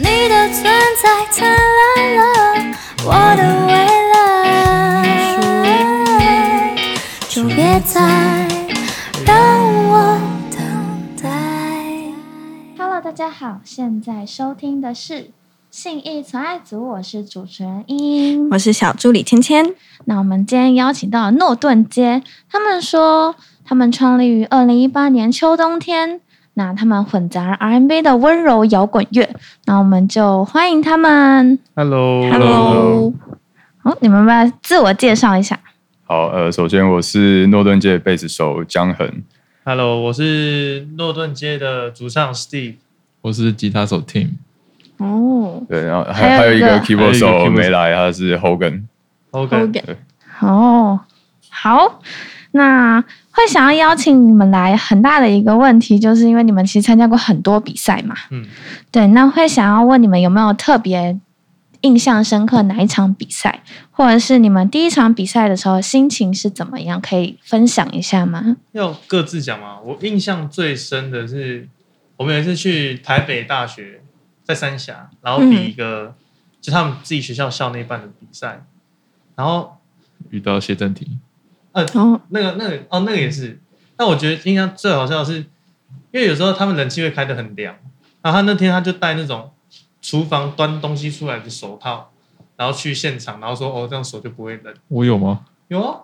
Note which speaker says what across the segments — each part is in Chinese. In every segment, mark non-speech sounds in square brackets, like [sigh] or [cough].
Speaker 1: 的存在灿烂了我的未来，就别再让我等待。
Speaker 2: Hello，大家好，现在收听的是《信义存爱组》，我是主持人茵茵。
Speaker 3: 我是小助理芊芊。
Speaker 2: 那我们今天邀请到了诺顿街，他们说他们创立于二零一八年秋冬天，那他们混杂 R&B 的温柔摇滚乐，那我们就欢迎他们。
Speaker 4: Hello，
Speaker 3: Hello
Speaker 2: 好，你们把自我介绍一下。
Speaker 5: 好，呃，首先我是诺顿界贝斯手江恒，
Speaker 4: Hello，我是诺顿街的主唱 Steve。
Speaker 6: 我是吉他手 Tim，
Speaker 2: 哦，
Speaker 5: 对，然后
Speaker 2: 还有
Speaker 5: 还还有
Speaker 2: 一
Speaker 5: 一
Speaker 2: 个
Speaker 5: 个 keyboard
Speaker 4: 还有一
Speaker 5: 手
Speaker 4: 个 keyboard
Speaker 5: 没来，他是 Hogan。
Speaker 4: OK，
Speaker 2: 哦，好，那会想要邀请你们来，很大的一个问题就是因为你们其实参加过很多比赛嘛，
Speaker 4: 嗯，
Speaker 2: 对，那会想要问你们有没有特别印象深刻哪一场比赛，或者是你们第一场比赛的时候心情是怎么样，可以分享一下吗？
Speaker 4: 要各自讲嘛。我印象最深的是，我们有一次去台北大学，在三峡，然后比一个、就他们自己学校校内办的比赛，然后
Speaker 6: 遇到谢振廷，
Speaker 3: 哦，
Speaker 4: 那个那个哦，那个也是。但我觉得印象最好笑的是，因为有时候他们冷气会开得很凉，然后他那天他就带那种厨房端东西出来的手套，然后去现场，然后说哦，这样手就不会冷。
Speaker 6: 我有吗？
Speaker 4: 有啊，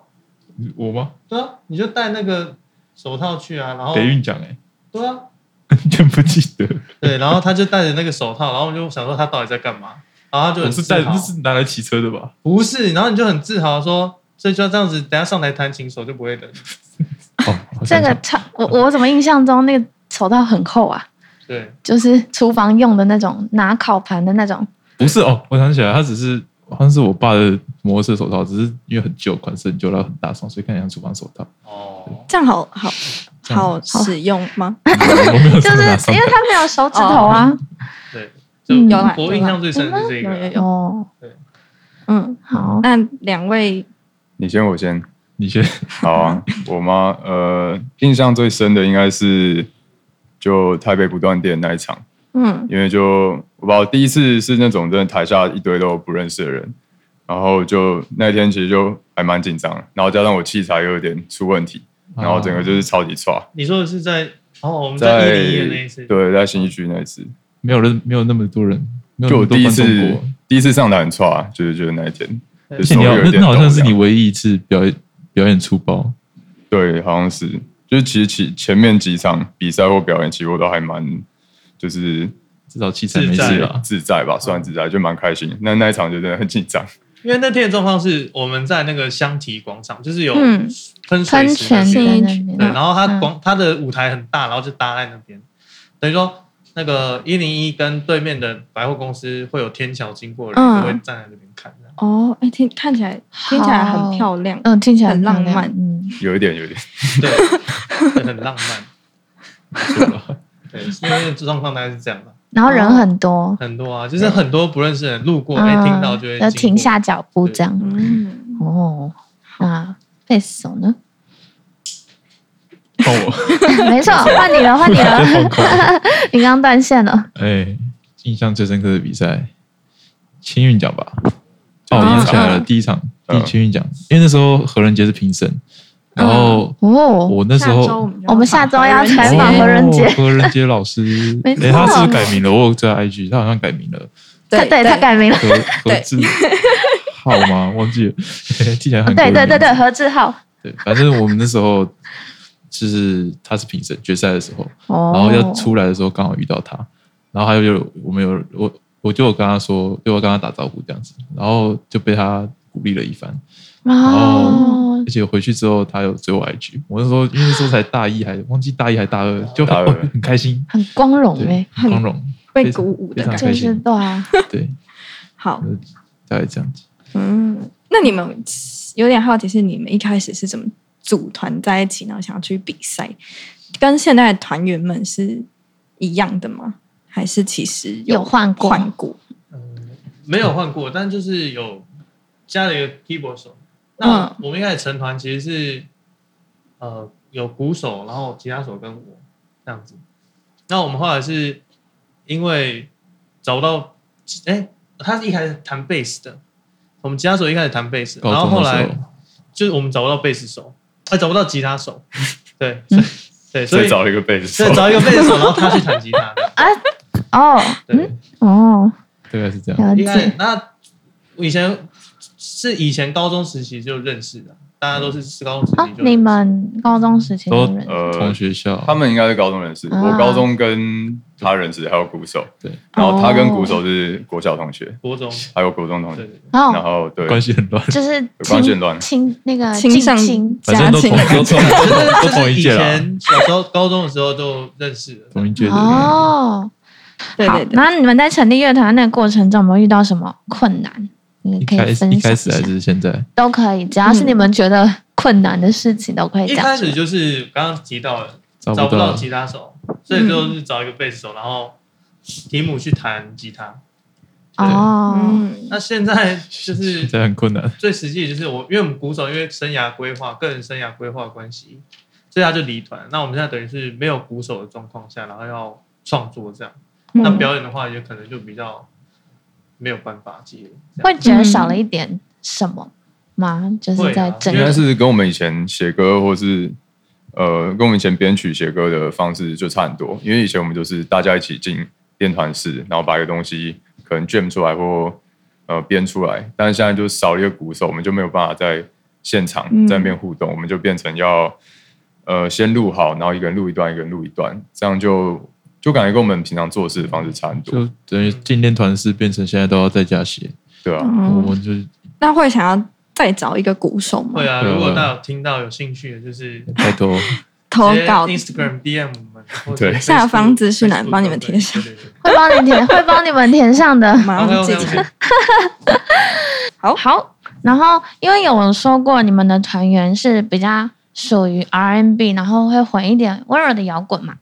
Speaker 6: 我吗？
Speaker 4: 对啊，你就戴那个手套去啊，然后
Speaker 6: 得运奖哎，
Speaker 4: 对啊，
Speaker 6: [laughs] 真不记得，
Speaker 4: 对，然后他就戴着那个手套，然后我就想说他到底在干嘛，然后他就
Speaker 6: 我
Speaker 4: 很
Speaker 6: 是
Speaker 4: 自
Speaker 6: 带
Speaker 4: 豪
Speaker 6: 那，是拿来骑车的吧？
Speaker 4: 不是，然后你就很自豪地说，所以就要这样子，等一下上台弹琴手就不会冷。
Speaker 6: 哦，
Speaker 2: 这个超我我怎么印象中那个手套很厚啊，
Speaker 4: 对，
Speaker 2: 就是厨房用的那种拿烤盘的那种，
Speaker 6: 不是哦，我想起来，他只是好像是我爸的摩托车手套，只是因为很旧，款式很旧，然后很大双，所以看起来像厨房手套。
Speaker 4: 哦，
Speaker 3: 这样好好
Speaker 6: 这样
Speaker 3: 好使用吗？
Speaker 6: 我没
Speaker 2: [laughs]
Speaker 6: 有
Speaker 2: 就
Speaker 6: 什
Speaker 2: 是
Speaker 6: 么
Speaker 2: 因
Speaker 6: 拿
Speaker 2: 为
Speaker 6: 上台
Speaker 2: 它没有手指头啊。
Speaker 4: 对，就
Speaker 2: 嗯有
Speaker 3: 啦
Speaker 4: 我印象最深是这
Speaker 3: 有有
Speaker 4: 个。
Speaker 3: 有，
Speaker 2: 哦，
Speaker 3: 嗯，
Speaker 2: 好，
Speaker 3: 那两位
Speaker 5: 你先，我先。
Speaker 6: 你先，
Speaker 5: 好
Speaker 6: [laughs]
Speaker 5: 啊，我妈呃，印象最深的应该是就台北不断电那一场，
Speaker 3: 嗯
Speaker 5: 因为就我把我第一次是那种真的台下一堆都不认识的人，然后就那天其实就还蛮紧张的，然后加上我器材又有点出问题，
Speaker 6: 啊
Speaker 5: 然后整个就是超级差，
Speaker 4: 你说的是在哦，我们在
Speaker 5: 在
Speaker 4: 一
Speaker 6: E
Speaker 4: 零一的那一次，
Speaker 5: 对，在新一区那一次，
Speaker 6: 没有人，没有那么多人，没有
Speaker 5: 就
Speaker 6: 那
Speaker 5: 我
Speaker 6: 么多
Speaker 5: 第一
Speaker 6: 观众
Speaker 5: 次
Speaker 6: 过。
Speaker 5: 第一次上台很差，就是就是那一天，
Speaker 4: 对
Speaker 5: 就
Speaker 6: 而且
Speaker 5: 手
Speaker 6: 你要
Speaker 5: 有
Speaker 6: 那
Speaker 5: 一点
Speaker 6: 那好像
Speaker 5: 抖
Speaker 6: 是你
Speaker 5: 这样
Speaker 6: 唯一一次表演表演出包，
Speaker 5: 对，好像是，就是其实前前面几场比赛或表演，其实我都还蛮就是
Speaker 6: 至少器材
Speaker 4: 自
Speaker 6: 没
Speaker 4: 在
Speaker 6: 事
Speaker 2: [laughs]
Speaker 5: 自
Speaker 6: 啦。
Speaker 5: [laughs] 自在吧，算自在，就蛮开心。那那一场就真的很紧张， [laughs]
Speaker 4: 因为那天的状况是我们在那个香堤广场，就是有
Speaker 3: 嗯
Speaker 4: 喷水
Speaker 2: 喷
Speaker 4: 池那
Speaker 2: 泉
Speaker 4: 边
Speaker 2: 在
Speaker 3: 是
Speaker 2: 那嗯
Speaker 4: 对，
Speaker 2: 边，
Speaker 4: 然后它广它的舞台很大，然后就搭在那边，等于说那个一零一跟对面的百货公司会有天桥经过的人
Speaker 3: 嗯
Speaker 4: 都会站在那边看，这样
Speaker 3: 哦，哎，听看起来听起来很漂亮，
Speaker 2: 嗯，听起来
Speaker 3: 很浪
Speaker 2: 漂亮
Speaker 3: 漫
Speaker 2: 嗯，
Speaker 5: 有一点有一点。
Speaker 4: 对，对很浪漫。
Speaker 6: 是
Speaker 5: [laughs]
Speaker 6: 吧
Speaker 4: 对，因为状况大概是这样的，
Speaker 2: 然后人很多，
Speaker 4: 很多啊，就是很多不认识的人路过，哎、
Speaker 2: 嗯
Speaker 4: 听到就会
Speaker 2: 要
Speaker 4: 经过
Speaker 2: 停下。脚步
Speaker 4: 对
Speaker 2: 这样。
Speaker 3: 嗯，
Speaker 2: 哦，那贝斯手呢？
Speaker 6: 换我。
Speaker 2: 没错，换你了，换你
Speaker 5: [laughs]
Speaker 2: 了，你刚刚断线了。
Speaker 6: 哎，印象最深刻的比赛，青运奖吧。哦，
Speaker 5: 哦
Speaker 6: 我想起来了，
Speaker 3: 嗯
Speaker 6: 第一场第
Speaker 5: 嗯
Speaker 6: 一青运奖，因为那时候何仁杰是评审，然后
Speaker 2: 哦，
Speaker 6: 我那时
Speaker 3: 下周
Speaker 6: 候
Speaker 3: 们就要
Speaker 2: 我们下周要
Speaker 3: 访
Speaker 2: 采访何仁杰，
Speaker 6: 哦何仁杰老师
Speaker 2: [laughs] 没错
Speaker 6: 哎，他是不是改名了，我有追他 IG，他好像改名了，
Speaker 2: 他
Speaker 3: 对
Speaker 2: 对他改名了，
Speaker 6: 何何志浩吗？忘记了， [laughs] 听起来很
Speaker 2: 对对对对，何志浩。
Speaker 6: 对，反正我们那时候就是他是评审，决赛的时候，
Speaker 2: 哦，
Speaker 6: 然后要出来的时候刚好遇到他，然后还有就我们有我我就有跟他说，就我跟他打招呼这样子，然后就被他鼓励了一番，
Speaker 2: 哦
Speaker 6: 而，且回去之后他有追我 IG，我那时候因为那时候才大一还忘记大一还大二，就
Speaker 5: 大二
Speaker 6: [laughs] 很开心，
Speaker 2: 很光荣哎
Speaker 6: 对，，很光荣，
Speaker 3: 被鼓舞的感
Speaker 6: 很
Speaker 3: 觉。
Speaker 6: 开
Speaker 2: 就
Speaker 6: 心
Speaker 2: 是对啊，
Speaker 6: 对，
Speaker 3: 好，
Speaker 6: 大概这样子。
Speaker 3: 嗯，那你们有点好奇，是你们一开始是怎么组团在一起，然后想要去比赛，跟现在的团员们是一样的吗？还是其实
Speaker 2: 有换过
Speaker 3: 换过？
Speaker 4: 嗯，没有换过，但就是有加了一个 keyboard 手。那
Speaker 3: 嗯
Speaker 4: 我们一开始成团其实是呃有鼓手，然后吉他手跟我这样子。那我们后来是因为找不到哎、他一开始弹贝斯的，我们吉他手一开始弹贝斯，
Speaker 6: 高
Speaker 4: 然后
Speaker 6: 中
Speaker 4: 后
Speaker 6: 的时
Speaker 4: 来
Speaker 6: 候，
Speaker 4: 就是我们找不到贝斯手，哎，找不到吉他手，对，
Speaker 6: [laughs]
Speaker 4: 所以对， [laughs] 所
Speaker 5: 再
Speaker 4: 以
Speaker 5: 找一个贝斯手
Speaker 4: 对，找一个贝斯手，然后他去弹吉他的，
Speaker 2: 哦，
Speaker 6: 嗯
Speaker 4: 对，
Speaker 2: 哦，
Speaker 6: 大概是这样。
Speaker 2: 了
Speaker 4: 应该
Speaker 2: 解，
Speaker 4: 那我以前是以前高中时期就认识的，大家都是高中时期就
Speaker 2: 哦
Speaker 4: 认，识
Speaker 2: 你们高中时期
Speaker 6: 都
Speaker 2: 的人，
Speaker 5: 呃，
Speaker 6: 同学校，
Speaker 5: 他们应该是高中认识，
Speaker 2: 啊
Speaker 5: 我高中跟他认识，还有鼓手，
Speaker 6: 对，
Speaker 5: 然后他跟鼓
Speaker 2: 哦
Speaker 5: 手是国小同学，
Speaker 4: 国中，
Speaker 5: 还有国中同
Speaker 4: 对对
Speaker 5: 学，
Speaker 4: 对，
Speaker 5: 然
Speaker 2: 哦，
Speaker 5: 后对，
Speaker 6: 关系很乱，
Speaker 2: 就是
Speaker 5: 关系
Speaker 2: 亲
Speaker 5: 很乱
Speaker 2: 亲那个
Speaker 3: 亲
Speaker 2: 呃近
Speaker 3: 上
Speaker 2: 亲
Speaker 6: 反正都同
Speaker 3: 家
Speaker 6: 都
Speaker 3: 庭
Speaker 6: 同都同都同
Speaker 4: 就是
Speaker 6: 一
Speaker 4: 以
Speaker 6: 届啦，
Speaker 4: 前小时候高中的时候就认识了，
Speaker 6: 同一届的。
Speaker 2: 哦。
Speaker 3: 对
Speaker 2: 好
Speaker 3: 对，对，
Speaker 2: 那你们在成立乐团那个过程中，有没有遇到什么困难？你
Speaker 6: 一
Speaker 2: 可
Speaker 6: 开
Speaker 2: 以
Speaker 6: 始
Speaker 2: 分
Speaker 6: 一
Speaker 2: 享
Speaker 6: 开
Speaker 2: 一
Speaker 6: 始还
Speaker 2: 下，
Speaker 6: 是现在？
Speaker 2: 都可以，只要是你们觉得困难的事情都可以
Speaker 6: 嗯
Speaker 4: 一
Speaker 2: 讲
Speaker 4: 开
Speaker 2: 出来。
Speaker 4: 始就是刚刚提到了
Speaker 6: 找
Speaker 4: 找不
Speaker 6: 到
Speaker 4: 到吉他手，所以
Speaker 2: 嗯
Speaker 4: 就是找一个贝斯手，然后提姆去弹吉他。对
Speaker 2: 哦，
Speaker 3: 嗯，
Speaker 4: 那现在就是
Speaker 6: 现在很困难。
Speaker 4: 最实际的就是我，因为我们鼓手因为生涯规划、个人生涯规划的关系，所以他就离团。那我们现在等于是没有鼓手的状况下，然后要创作这样。那
Speaker 2: 嗯
Speaker 4: 表演的话，也可能就比较没有办法接。这样
Speaker 2: 会觉得少
Speaker 3: 嗯
Speaker 2: 了一点什么吗？就是在整
Speaker 5: 应
Speaker 4: 会啊
Speaker 5: 该
Speaker 2: 个
Speaker 5: 是跟我们以前写歌或是呃，跟我们以前编曲写歌的方式就差很多。因为以前我们就是大家一起进练团室，然后把一个东西可能卷出来或呃编出来，但是现在就少了一个鼓手，我们就没有办法在现场
Speaker 3: 嗯
Speaker 5: 在那边互动，我们就变成要呃先录好，然后一个人录一段，一个人录一段，这样就就感觉跟我们平常做事的方式差很多，
Speaker 6: 就等于进练团是变成现在都要在家写，
Speaker 5: 对啊。
Speaker 3: 嗯
Speaker 6: 我们就
Speaker 3: 那会想要再找一个鼓手吗
Speaker 4: 会？啊，
Speaker 6: 对啊
Speaker 4: 如果大家有听到有兴趣的，就是
Speaker 6: 太 [laughs] 多
Speaker 3: 投
Speaker 4: 直接
Speaker 3: 稿
Speaker 4: Instagram DM 我们，或者
Speaker 5: 对
Speaker 4: Facebook-
Speaker 3: 下方资讯栏
Speaker 4: Facebook
Speaker 3: 帮你们贴上
Speaker 4: 对对对
Speaker 2: 会帮你填，会帮你们填上的。
Speaker 3: 马
Speaker 4: OK
Speaker 3: 上
Speaker 4: OK
Speaker 3: 自己
Speaker 4: OK，
Speaker 3: 好
Speaker 2: 好，然后因为有人说过你们的团员是比较属于 R&B，然后会混一点温柔的摇滚嘛。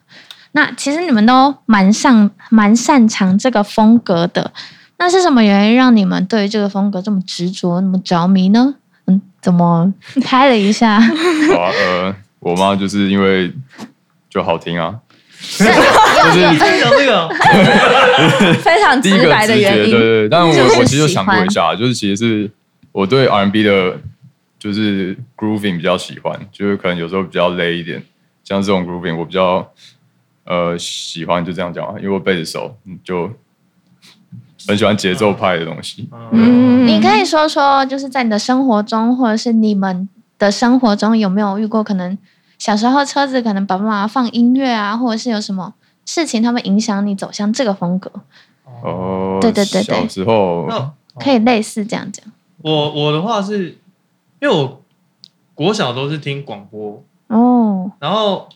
Speaker 2: 那其实你们都蛮擅蛮擅长这个风格的。那是什么原因让你们对于这个风格这么执着、那么着迷呢？嗯，怎么拍了一下？
Speaker 5: 好啊，呃，我妈就是因为就好听啊，
Speaker 4: 你在讲这个哦，
Speaker 3: 非常
Speaker 5: 第一
Speaker 3: 直
Speaker 5: 个
Speaker 3: 白
Speaker 5: 直
Speaker 3: 的
Speaker 5: 觉，
Speaker 3: 原
Speaker 5: 对
Speaker 3: 因，
Speaker 5: 对。但我
Speaker 2: 就是
Speaker 5: 我其实就想过一
Speaker 2: 喜
Speaker 5: 下，就是其实是我对 R&B 的，就是 grooving 比较喜欢，就是可能有时候比较累一点，像这种 grooving 我比较呃喜欢，就这样讲啊，因为我贝斯手嗯就很喜欢节奏派的东西。
Speaker 4: 嗯，
Speaker 2: 你可以说说，就是在你的生活中，或者是你们的生活中，有没有遇过可能小时候车子可能爸爸妈妈放音乐啊，或者是有什么事情，他们影响你走向这个风格，
Speaker 4: 哦，
Speaker 5: 哦，
Speaker 2: 对对对对
Speaker 5: 小时候
Speaker 4: 那哦
Speaker 2: 可以类似这样讲。
Speaker 4: 我我的话是，因为我国小都是听广播，
Speaker 2: 哦，
Speaker 4: 然后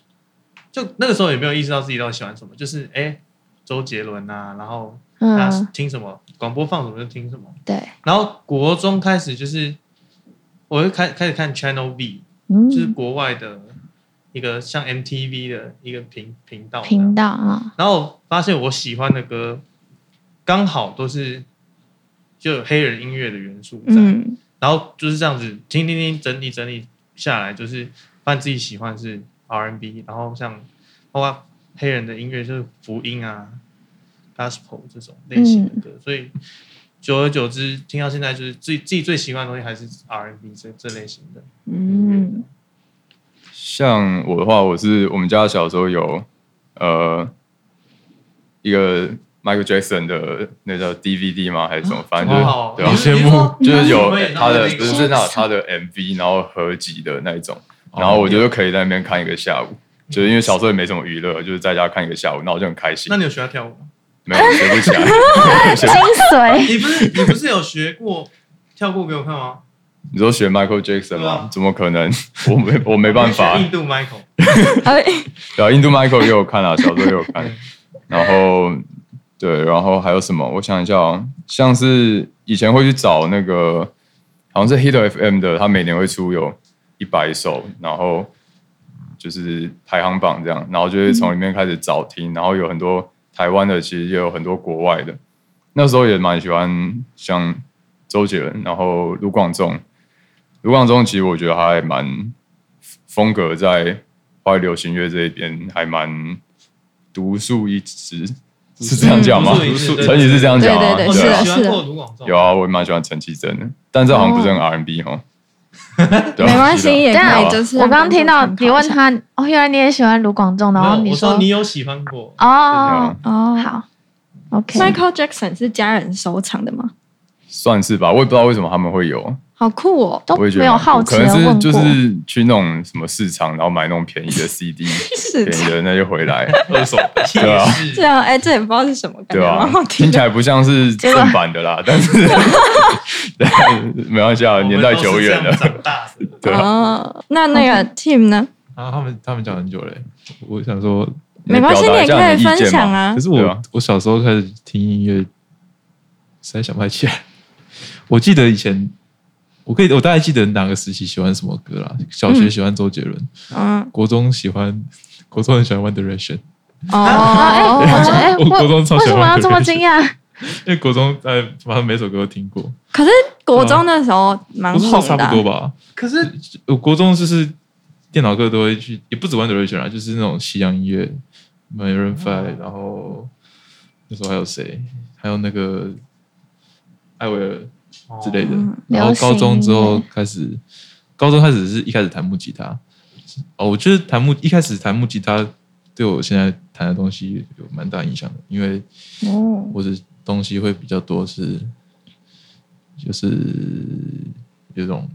Speaker 4: 就那个时候也没有意识到自己到底喜欢什么，就是哎，周杰伦啊，然后大家
Speaker 2: 嗯，
Speaker 4: 听什么广播放什么就听什么，
Speaker 2: 对，
Speaker 4: 然后国中开始就是我会开开始看 Channel V，就是
Speaker 2: 嗯，
Speaker 4: 国外的一个像 MTV 的一个频频道这样
Speaker 2: 频道啊，
Speaker 4: 然后发现我喜欢的歌刚好都是就有黑人音乐的元素在，
Speaker 3: 嗯，
Speaker 4: 然后就是这样子听听听整理整理下来，就是发现自己喜欢的是 R&B，然后像包括黑人的音乐就是福音啊、Gospel 这种类型的歌，
Speaker 3: 嗯
Speaker 4: 所以久而久之听到现在，就是自己自己最喜欢的东西还是 R&B 这这类型的。
Speaker 3: 嗯，
Speaker 5: 像我的话，我是我们家小时候有呃一个 Michael Jackson 的那叫 DVD 吗？还是什么？反正就是、
Speaker 4: 哇
Speaker 5: 对啊
Speaker 4: 你是你是说
Speaker 5: 就是有
Speaker 4: 你是
Speaker 5: 他的
Speaker 4: 你是
Speaker 5: 不是那他的 MV，然后合集的那一种，
Speaker 4: 哦
Speaker 5: 然后我觉得可以在那边看一个下午，就是因为小时候也没什么娱乐，就是在家看一个下午，那我就很开心
Speaker 4: 那。你有学要跳舞吗？ [laughs]
Speaker 5: 没有学不起来， [laughs]
Speaker 2: 精髓，
Speaker 4: 你不是你不是有学过跳过给我看吗？
Speaker 5: 你说学 Michael Jackson
Speaker 4: 对
Speaker 5: 吗
Speaker 4: 啊？
Speaker 5: 怎么可能？ [laughs] 我没我没办法
Speaker 4: 学，印度 Michael。
Speaker 3: 哎，
Speaker 5: 对啊，印度 Michael 也有看啊，小时候也有看。然后对，然后还有什么？我想一下、哦，像是以前会去找那个，好像是 Hit FM 的，他每年会出有一百首，然后就是排行榜这样，然后就会从里面开始找听，然后有很多台湾的，其实也有很多国外的。那时候也蛮喜欢像周杰伦，然后卢广仲。卢广仲其实我觉得他还蛮风格在华语流行乐这一边还蛮独树一帜是这样讲吗
Speaker 4: 嗯竹树林？是
Speaker 5: 陈绮是这样讲吗？啊
Speaker 3: 对
Speaker 4: 哦
Speaker 3: 是
Speaker 4: 你
Speaker 3: 的
Speaker 4: 们喜欢
Speaker 3: 是的哦
Speaker 4: 过卢广仲？
Speaker 5: 有啊，我也蛮喜欢陈绮贞的，但这好像不是很
Speaker 3: [laughs]
Speaker 5: R&B 哈。对啊
Speaker 3: 没关系，也
Speaker 2: 当
Speaker 3: 可
Speaker 5: 然
Speaker 3: 以。就是啊
Speaker 2: 我刚刚听到
Speaker 3: 让观众
Speaker 2: 你问
Speaker 3: 参考
Speaker 2: 他，哦，原来你也喜欢卢广仲，然后
Speaker 4: 没有我
Speaker 2: 说
Speaker 4: 说你有喜欢过，
Speaker 5: 啊
Speaker 2: 哦，
Speaker 3: 一下哦，
Speaker 2: 好，OK，
Speaker 3: Michael Jackson 是家人收藏的吗？
Speaker 5: 算是吧，我也不知道为什么他们会有，
Speaker 3: 好酷哦！
Speaker 2: 都
Speaker 5: 我也觉得
Speaker 2: 没有
Speaker 5: 蛮酷
Speaker 2: 好奇
Speaker 5: 可
Speaker 2: 的问过，
Speaker 5: 能是就是去那种什么市场，然后买那种便宜的 CD，
Speaker 3: 是
Speaker 5: 便宜的那就回来，
Speaker 4: [laughs] 二手
Speaker 3: [laughs]
Speaker 4: 的，
Speaker 5: 对啊
Speaker 4: 也是
Speaker 3: 这样，哎，这也不知道是什么感
Speaker 5: 对
Speaker 3: 觉，
Speaker 5: 啊
Speaker 3: 蛮好，
Speaker 5: 听
Speaker 3: 听
Speaker 5: 起
Speaker 3: 的。
Speaker 5: 来不像是正版的啦， [laughs] 但
Speaker 3: [laughs]
Speaker 5: 是没关系啊，年代久远
Speaker 4: 我们都是这样长
Speaker 5: 了，
Speaker 4: 大的，
Speaker 5: 对啊，
Speaker 3: 哦，那那
Speaker 2: 嗯
Speaker 3: 个 Team 呢？
Speaker 6: 然啊后他们他们讲很久嘞，我想说，
Speaker 3: 没关系，
Speaker 5: 表
Speaker 3: 你也
Speaker 5: 达一下
Speaker 3: 可以
Speaker 5: 你的意
Speaker 3: 分
Speaker 5: 见嘛
Speaker 3: 享啊
Speaker 6: 可。是
Speaker 5: 对
Speaker 6: 我
Speaker 5: 啊
Speaker 6: 我小时候开始听音乐，实在想不太起来。我记得以前，我可以我大概记得哪个时期喜欢什么歌啦。小学喜欢周杰伦，
Speaker 3: 嗯，
Speaker 6: 国中喜欢国中很喜欢 One Direction，
Speaker 3: 哦，
Speaker 2: 我觉得
Speaker 3: 哎，
Speaker 2: 啊哎，
Speaker 6: [laughs] 我国中超
Speaker 2: 为
Speaker 6: 喜
Speaker 2: 什
Speaker 6: 欢
Speaker 2: 么要
Speaker 6: Michael
Speaker 2: 这么惊讶？
Speaker 6: 因为国中呃，反正每首歌都听过，
Speaker 3: 可是国中那时候蛮
Speaker 6: 国中
Speaker 3: 红
Speaker 6: 都差
Speaker 3: 的啊
Speaker 6: 不多，吧。
Speaker 4: [laughs] 可是
Speaker 6: 我国中就是电脑课都会去，也不止 One Direction 啦，就是那种西洋音乐，Maroon Five，然后那时候还有谁？还有那个艾薇儿。之
Speaker 4: 哦
Speaker 6: 类的
Speaker 3: 嗯。
Speaker 6: 然后
Speaker 2: 流行
Speaker 6: 高中之
Speaker 2: 音
Speaker 6: 后
Speaker 2: 乐
Speaker 6: 开始，高中开始是一开始弹木吉他。哦，我觉得弹木一开始弹木吉他对我现在弹的东西有蛮大影响的，因为
Speaker 2: 哦，
Speaker 6: 我的东西会比较多是，就是有种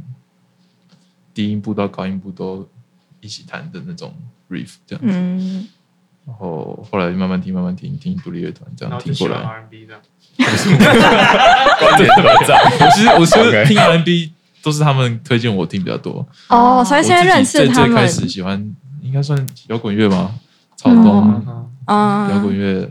Speaker 6: 低音部到高音部都一起弹的那种 riff 这样子。
Speaker 3: 嗯，
Speaker 6: 然后后来慢慢听，慢慢听，听独立乐团这
Speaker 4: 然
Speaker 6: 样
Speaker 4: 后
Speaker 6: 听
Speaker 4: 就
Speaker 6: 过
Speaker 4: 喜
Speaker 6: 来
Speaker 4: 欢。R&B 这样，
Speaker 5: 观点都在。
Speaker 4: [laughs]
Speaker 6: 我其实我其
Speaker 5: OK
Speaker 6: 实听 R&B 都是他们推荐我听比较多。
Speaker 3: 哦，所以
Speaker 6: 我
Speaker 3: 现在认识他
Speaker 6: 最
Speaker 3: 们
Speaker 6: 开，始喜欢应该算摇滚乐吧，草东
Speaker 4: 嗯哼，
Speaker 6: 摇滚
Speaker 3: 嗯，
Speaker 6: 乐、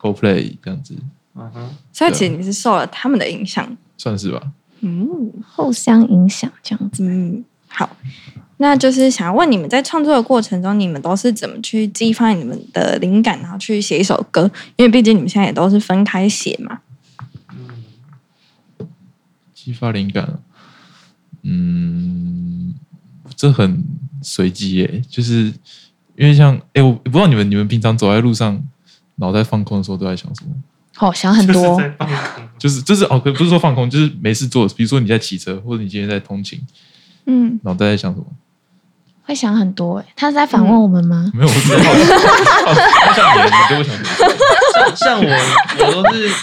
Speaker 6: CoPlay 这样子，
Speaker 4: 嗯哼，
Speaker 3: 所以其实你是受了他们的影响，
Speaker 6: 算是吧。
Speaker 3: 嗯
Speaker 2: [laughs] 互相影响这样子。
Speaker 3: 嗯，好。那就是想要问你们，在创作的过程中，你们都是怎么去激发你们的灵感，然后去写一首歌？因为毕竟你们现在也都是分开写嘛。
Speaker 4: 嗯，
Speaker 6: 激发灵感，啊嗯，这很随机耶，就是因为像哎、我不知道你们你们平常走在路上，脑袋放空的时候都在想什么？
Speaker 2: 好，想很
Speaker 4: 就是
Speaker 2: 多
Speaker 4: 在放空
Speaker 6: 就是就是哦，可不是说放空，就是没事做，比如说你在骑车，或者你今天在通勤，
Speaker 3: 嗯，
Speaker 6: 脑袋在想什么？
Speaker 2: 会想很多，哎，他是在反问我们吗？
Speaker 6: 没有，我只是好奇，好奇像你，你就会想什么？
Speaker 4: 像像我，我都是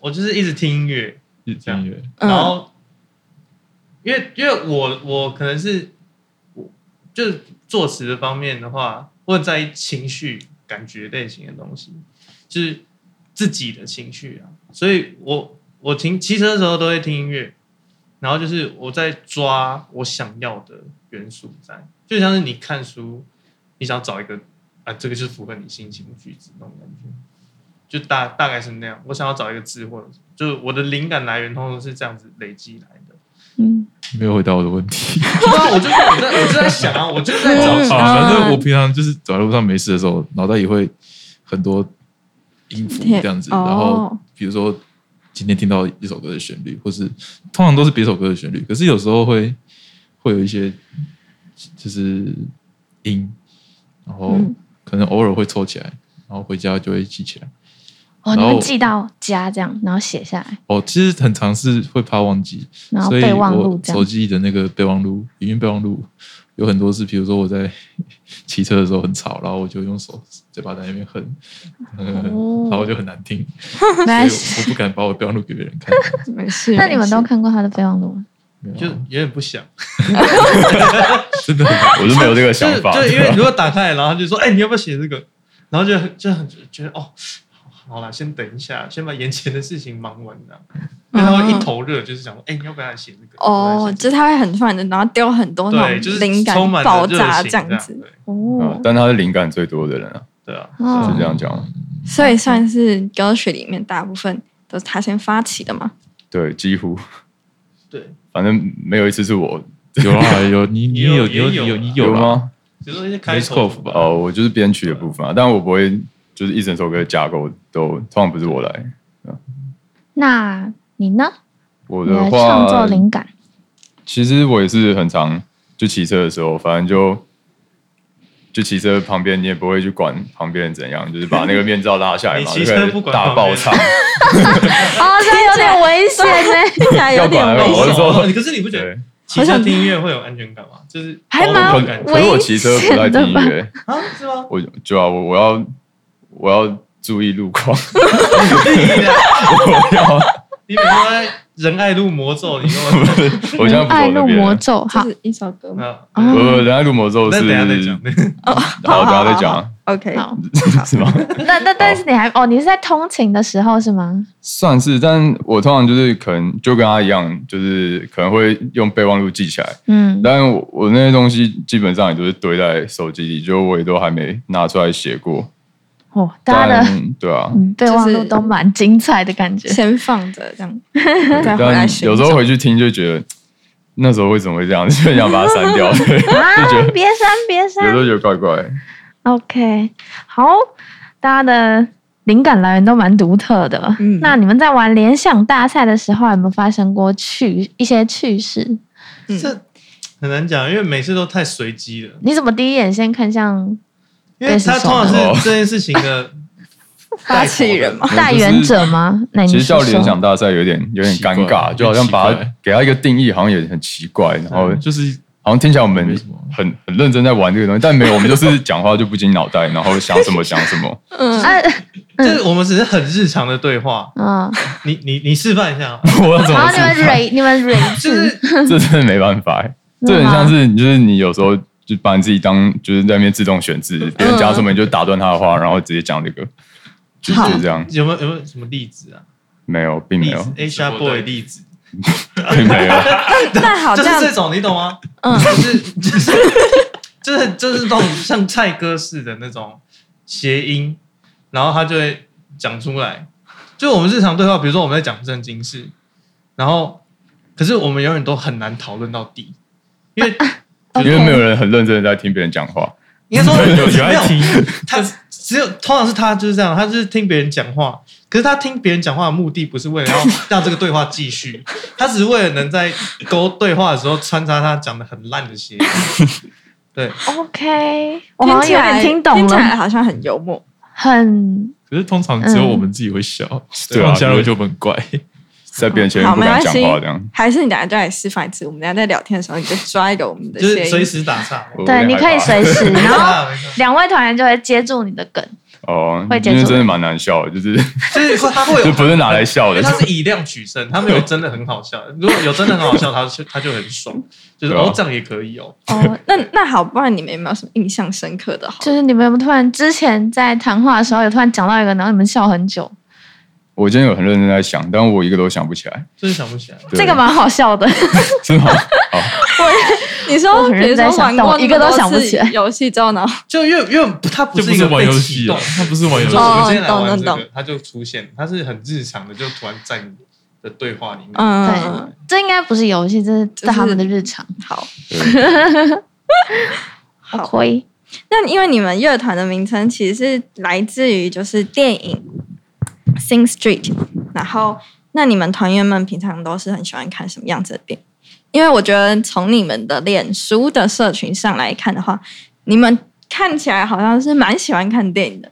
Speaker 4: 我就是一直听音乐，
Speaker 6: 一直听音乐。
Speaker 3: 嗯
Speaker 4: 然后，因为因为我我可能是我就是作词的方面的话，我很在意情绪感觉类型的东西，就是自己的情绪啊，所以我我停骑车的时候都会听音乐，然后就是我在抓我想要的元素在，就像是你看书，你想找一个啊，这个就是符合你心情的句子那种感觉。就大大概是那样，我想要找一个字或者就是我的灵感来源通常是这样子累积来的。
Speaker 3: 嗯，
Speaker 6: 没有回答我的问题。
Speaker 4: 对啊，我就是我 [laughs] 在我就在想啊，我就是在找
Speaker 3: 嗯
Speaker 4: 情
Speaker 6: 好，
Speaker 4: 绪。
Speaker 6: 反正我平常就是走在路上没事的时候，脑袋也会很多音符这样子。
Speaker 3: 哦
Speaker 6: 然后比如说今天听到一首歌的旋律，或是通常都是别首歌的旋律，可是有时候会会有一些就是音，然后
Speaker 3: 嗯
Speaker 6: 可能偶尔会凑起来，然后回家就会记起来。
Speaker 2: 哦，
Speaker 5: 嗯
Speaker 6: 然
Speaker 2: 你
Speaker 6: 后
Speaker 2: 会记到家这样，然后写下来，
Speaker 6: 哦，其实很常是会怕忘记，
Speaker 2: 然后
Speaker 6: 所以
Speaker 2: 备忘录
Speaker 6: 我
Speaker 2: 这
Speaker 6: 手
Speaker 2: 样。
Speaker 6: 机的那个备忘录，语音备忘录有很多是，比如说我在 [laughs] 骑车的时候很吵，然后我就用手嘴巴在那边哼，嗯，
Speaker 2: 哦
Speaker 6: 然后就很难听，
Speaker 2: 没
Speaker 6: 所以
Speaker 2: 关系
Speaker 6: 我我不敢把我备忘录给别人看。 [laughs]
Speaker 3: 没事。
Speaker 2: 那你们
Speaker 3: 没事
Speaker 2: 都看过他的备忘录吗？
Speaker 6: 没有
Speaker 4: 就有点不想，
Speaker 6: 真的很难，
Speaker 5: 我是没有这个
Speaker 4: 就
Speaker 5: 想
Speaker 4: 是
Speaker 5: 法，啊
Speaker 4: 就因为如果打开来，然后就说，哎、你要不要写这个？然后就很就很觉得哦，好啦，先等一下，先把眼前的事情忙完啦、
Speaker 3: 嗯
Speaker 4: 因为他会一头热，就是想说，哎、你要不要来写这个？
Speaker 3: 哦，就是他会很突然的，然后丢很多那
Speaker 4: 对，就
Speaker 3: 种
Speaker 4: 是
Speaker 3: 灵感
Speaker 4: 充满
Speaker 3: 爆
Speaker 4: 了热
Speaker 3: 炸
Speaker 4: 情
Speaker 3: 这样子，
Speaker 4: 子，
Speaker 5: 嗯
Speaker 2: 哦，
Speaker 5: 但他是灵感最多的人啊，
Speaker 4: 对对啊，
Speaker 2: 哦
Speaker 3: 嗯
Speaker 5: 就这样讲。
Speaker 3: 所以算是歌曲里面大部分都是他先发起的嘛。
Speaker 5: 对，几乎
Speaker 4: 对，
Speaker 5: 反正没有一次是我
Speaker 6: 有啊有你你
Speaker 4: 也有
Speaker 6: 有你
Speaker 4: 也有
Speaker 6: 有你有你
Speaker 5: 有
Speaker 6: 有啦？
Speaker 5: 吗？
Speaker 4: 比如说一些开
Speaker 6: Miss c
Speaker 4: 头
Speaker 6: o f 吧，
Speaker 5: 哦，我就是编曲的部分啊，但我不会就是一整首歌的架构都通常不是我来。
Speaker 2: 那你呢？
Speaker 5: 我
Speaker 2: 你的
Speaker 5: 的
Speaker 2: 创作
Speaker 5: 话，
Speaker 2: 灵感
Speaker 5: 其实我也是很常就骑车的时候，反正就就骑车旁边，你也不会去管旁边人怎样，就是把那个面罩拉下来
Speaker 4: 你
Speaker 5: 嘛，
Speaker 4: 骑
Speaker 5: 就开始
Speaker 4: 车不管
Speaker 5: 大
Speaker 4: 旁
Speaker 5: 爆
Speaker 4: 边
Speaker 2: [laughs]
Speaker 5: 唱。
Speaker 2: 哦，这有点危险呢，
Speaker 3: 听起来有点
Speaker 5: [laughs] 要不然
Speaker 3: 危
Speaker 5: 我
Speaker 3: 险
Speaker 5: 是。说
Speaker 4: 可哦是你不觉得
Speaker 5: 对，
Speaker 4: 骑车听音乐会有安全感吗？就是
Speaker 2: 还蛮
Speaker 4: 包
Speaker 5: 可
Speaker 4: 容感觉
Speaker 5: 可是我骑车不太听音
Speaker 2: 危险
Speaker 5: 乐，
Speaker 4: 啊，是吗？
Speaker 5: 我就啊，我我要我要注意路况， [laughs] 我要
Speaker 4: 啊你每天都在仁爱路魔咒，你跟我讲
Speaker 5: 我现在不
Speaker 2: 爱
Speaker 5: 走那
Speaker 2: 路
Speaker 5: 边呃
Speaker 2: 魔
Speaker 5: 了。 [laughs]
Speaker 2: 咒，好
Speaker 3: 这，是一首歌吗？
Speaker 4: 啊，
Speaker 5: 不
Speaker 2: 哦，
Speaker 5: 不，人家路魔咒
Speaker 4: 那
Speaker 5: 是嗯
Speaker 4: 等一下再讲。
Speaker 5: 好，等一下再讲啊，
Speaker 4: 嗯
Speaker 3: OK，
Speaker 2: 好，
Speaker 5: [laughs] 是吗？
Speaker 2: 那那但是你还哦，你是在通勤的时候是吗？
Speaker 5: 算是，但我通常就是可能就跟他一样，就是可能会用备忘录记起来，
Speaker 2: 嗯，
Speaker 5: 但我我那些东西基本上也都是堆在手机里，就我也都还没拿出来写过。
Speaker 2: 哦，大家的
Speaker 5: 但对啊，
Speaker 2: [laughs] 嗯备忘录
Speaker 3: 就是
Speaker 2: 都蛮精彩的感觉。
Speaker 3: 先放着这样，
Speaker 4: [laughs]
Speaker 5: 对
Speaker 3: 再回来
Speaker 5: 但
Speaker 3: 寻
Speaker 5: 有时候
Speaker 3: 找
Speaker 5: 回去听就觉得那时候为什么会这样，就很想把它
Speaker 2: [laughs]
Speaker 5: 删掉。对
Speaker 2: 啊
Speaker 5: 觉得！
Speaker 2: 别删，别
Speaker 5: 有时
Speaker 2: 删。
Speaker 5: 候觉得怪怪。
Speaker 2: 哦 OK，好，大家的灵感来源都蛮独特的。
Speaker 3: 嗯
Speaker 2: 那你们在玩联想大赛的时候，有没有发生过趣一些趣事？
Speaker 3: 嗯
Speaker 4: 这很难讲，因为每次都太随机了。
Speaker 2: 你怎么第一眼先看
Speaker 5: [laughs]
Speaker 2: 向
Speaker 4: 因为他通
Speaker 5: 哦
Speaker 4: 常是这件事情的
Speaker 3: 发起人嘛，
Speaker 2: 代言者吗？那啊你
Speaker 5: 其实叫
Speaker 2: 说说
Speaker 5: 联想大赛有点有点
Speaker 6: 奇怪
Speaker 5: 尴尬，就好像把
Speaker 6: 有点奇
Speaker 5: 它
Speaker 6: 怪
Speaker 5: 给他一个定义，好像也很奇怪。然后
Speaker 6: 就是
Speaker 5: 好像听起来我们
Speaker 6: 没什么
Speaker 5: 很很认真在玩这个东西，但没有，我们就是讲话就不经脑袋，然后想什么讲什么。
Speaker 3: 嗯，
Speaker 2: 啊，
Speaker 4: 就是就是我们只是很日常的对话。
Speaker 5: [laughs]
Speaker 2: 嗯，
Speaker 4: 你你你示范一下啊，
Speaker 5: 我要怎
Speaker 2: 然
Speaker 5: 么
Speaker 2: 后你们
Speaker 5: 知道？
Speaker 2: 蕊，你们蕊
Speaker 4: 就是
Speaker 5: 这真的没办法、欸，这很像是你就是你有时候就把你自己当就是在那边自动选字，别人讲什么你就打断他的话，然后直接讲这个，就
Speaker 3: 好
Speaker 5: 就这样。
Speaker 4: 有没有有没有什么例子啊？
Speaker 5: 没有，并没
Speaker 4: 例
Speaker 5: 有
Speaker 4: 子，Asia Boy 例子，
Speaker 5: [laughs] 并没有。
Speaker 3: [laughs] 那好
Speaker 4: 就
Speaker 3: 这
Speaker 4: 是
Speaker 3: 样
Speaker 4: 这种，你懂吗？
Speaker 3: 嗯
Speaker 4: 就是就是就是就是那种像蔡哥似的那种谐音，然后他就会讲出来。就我们日常对话，比如说我们在讲正经事，然后可是我们永远都很难讨论到底，因为
Speaker 5: 因为没有人很认真的在听别人讲话。
Speaker 4: 应该说
Speaker 6: 有有
Speaker 4: 没
Speaker 6: 爱听，
Speaker 4: 他只有通常是他就是这样，他就是听别人讲话，可是他听别人讲话的目的不是为了要让这个对话继续，他只是为了能在勾对话的时候穿插他讲的很烂的谐音。对，
Speaker 2: OK，我好
Speaker 3: 听
Speaker 2: 像
Speaker 3: 起
Speaker 2: 有
Speaker 3: 来
Speaker 2: 点听懂
Speaker 3: 听起来
Speaker 2: 了，
Speaker 3: 好像很幽默，
Speaker 2: 很
Speaker 6: 可是通常只
Speaker 2: 嗯
Speaker 6: 有我们自己会笑，对
Speaker 5: 对啊
Speaker 6: 方加入就很怪。
Speaker 5: 在别人前面
Speaker 3: 好，
Speaker 5: 不
Speaker 3: 没
Speaker 5: 敢
Speaker 3: 关
Speaker 5: 讲
Speaker 3: 系
Speaker 5: 话，这样。，
Speaker 3: 还是你等下就来示范一次，我们等下在聊天的时候你就抓一个我们的
Speaker 4: 就是
Speaker 3: 谐
Speaker 4: 随
Speaker 3: 音，
Speaker 4: 时打岔。
Speaker 5: 我有
Speaker 2: 对，
Speaker 5: 点
Speaker 2: 你
Speaker 5: 害
Speaker 2: 可以
Speaker 5: 怕
Speaker 2: 随时，
Speaker 5: [laughs]
Speaker 4: 没
Speaker 2: 然
Speaker 4: 事
Speaker 2: 后
Speaker 4: 啊没事啊
Speaker 2: 两位团员就会接住你的梗。
Speaker 5: 哦，
Speaker 2: 会接
Speaker 5: 因为
Speaker 2: 触
Speaker 5: 真的蛮难笑的，就是 [laughs]
Speaker 4: 就是会他会有
Speaker 5: 就不是拿来笑
Speaker 4: 因
Speaker 5: 的
Speaker 4: [laughs] 为。他是以量取胜，他没有真的很好笑。如果有真的很好笑，他就他就很爽，就是
Speaker 5: 对啊
Speaker 4: 哦这样也可以哦。
Speaker 3: 哦，那那好，不然你们有没有什么印象深刻的？好了，
Speaker 2: 就是你们有没有突然之前在谈话的时候，有突然讲到一个，然后你们笑很久，
Speaker 5: 我今天有很认真在想，但我一个都想不起来。
Speaker 4: 真的想不起来，
Speaker 5: 对
Speaker 2: 这个蛮好笑的。
Speaker 5: [laughs] 是吗？
Speaker 3: 你
Speaker 2: 我
Speaker 3: 说
Speaker 2: 很
Speaker 3: 比如
Speaker 2: 认真
Speaker 3: 说
Speaker 2: 想
Speaker 3: 玩
Speaker 2: 但我
Speaker 3: 过
Speaker 2: 一个
Speaker 3: 那
Speaker 2: 都
Speaker 3: 么多
Speaker 2: 想不
Speaker 3: 次
Speaker 2: 起来
Speaker 3: 游戏之后呢，
Speaker 4: 就因为因为他
Speaker 6: [laughs]
Speaker 4: 不
Speaker 6: 这
Speaker 4: 是
Speaker 6: 不
Speaker 4: 一
Speaker 6: 是
Speaker 4: 个
Speaker 6: 玩
Speaker 4: 被
Speaker 6: 游
Speaker 4: 启
Speaker 6: 戏啊
Speaker 4: 动，，
Speaker 6: 它不是玩游戏
Speaker 4: 就，我们今天来
Speaker 3: 哦懂
Speaker 4: 玩这
Speaker 3: 懂懂
Speaker 4: 个，他就出现，他是很日常的，就突然在你的对话里面。
Speaker 3: 嗯，
Speaker 2: [laughs] 对，这应该不是游戏，这是在他们的日常。
Speaker 3: 好，
Speaker 5: 对
Speaker 3: 好
Speaker 2: 可以，
Speaker 3: 那因为你们乐团的名称其实是来自于就是电影《Sing Street》，然后那你们团员们平常都是很喜欢看什么样子的电影？因为我觉得从你们的脸书的社群上来看的话，你们看起来好像是蛮喜欢看电影的，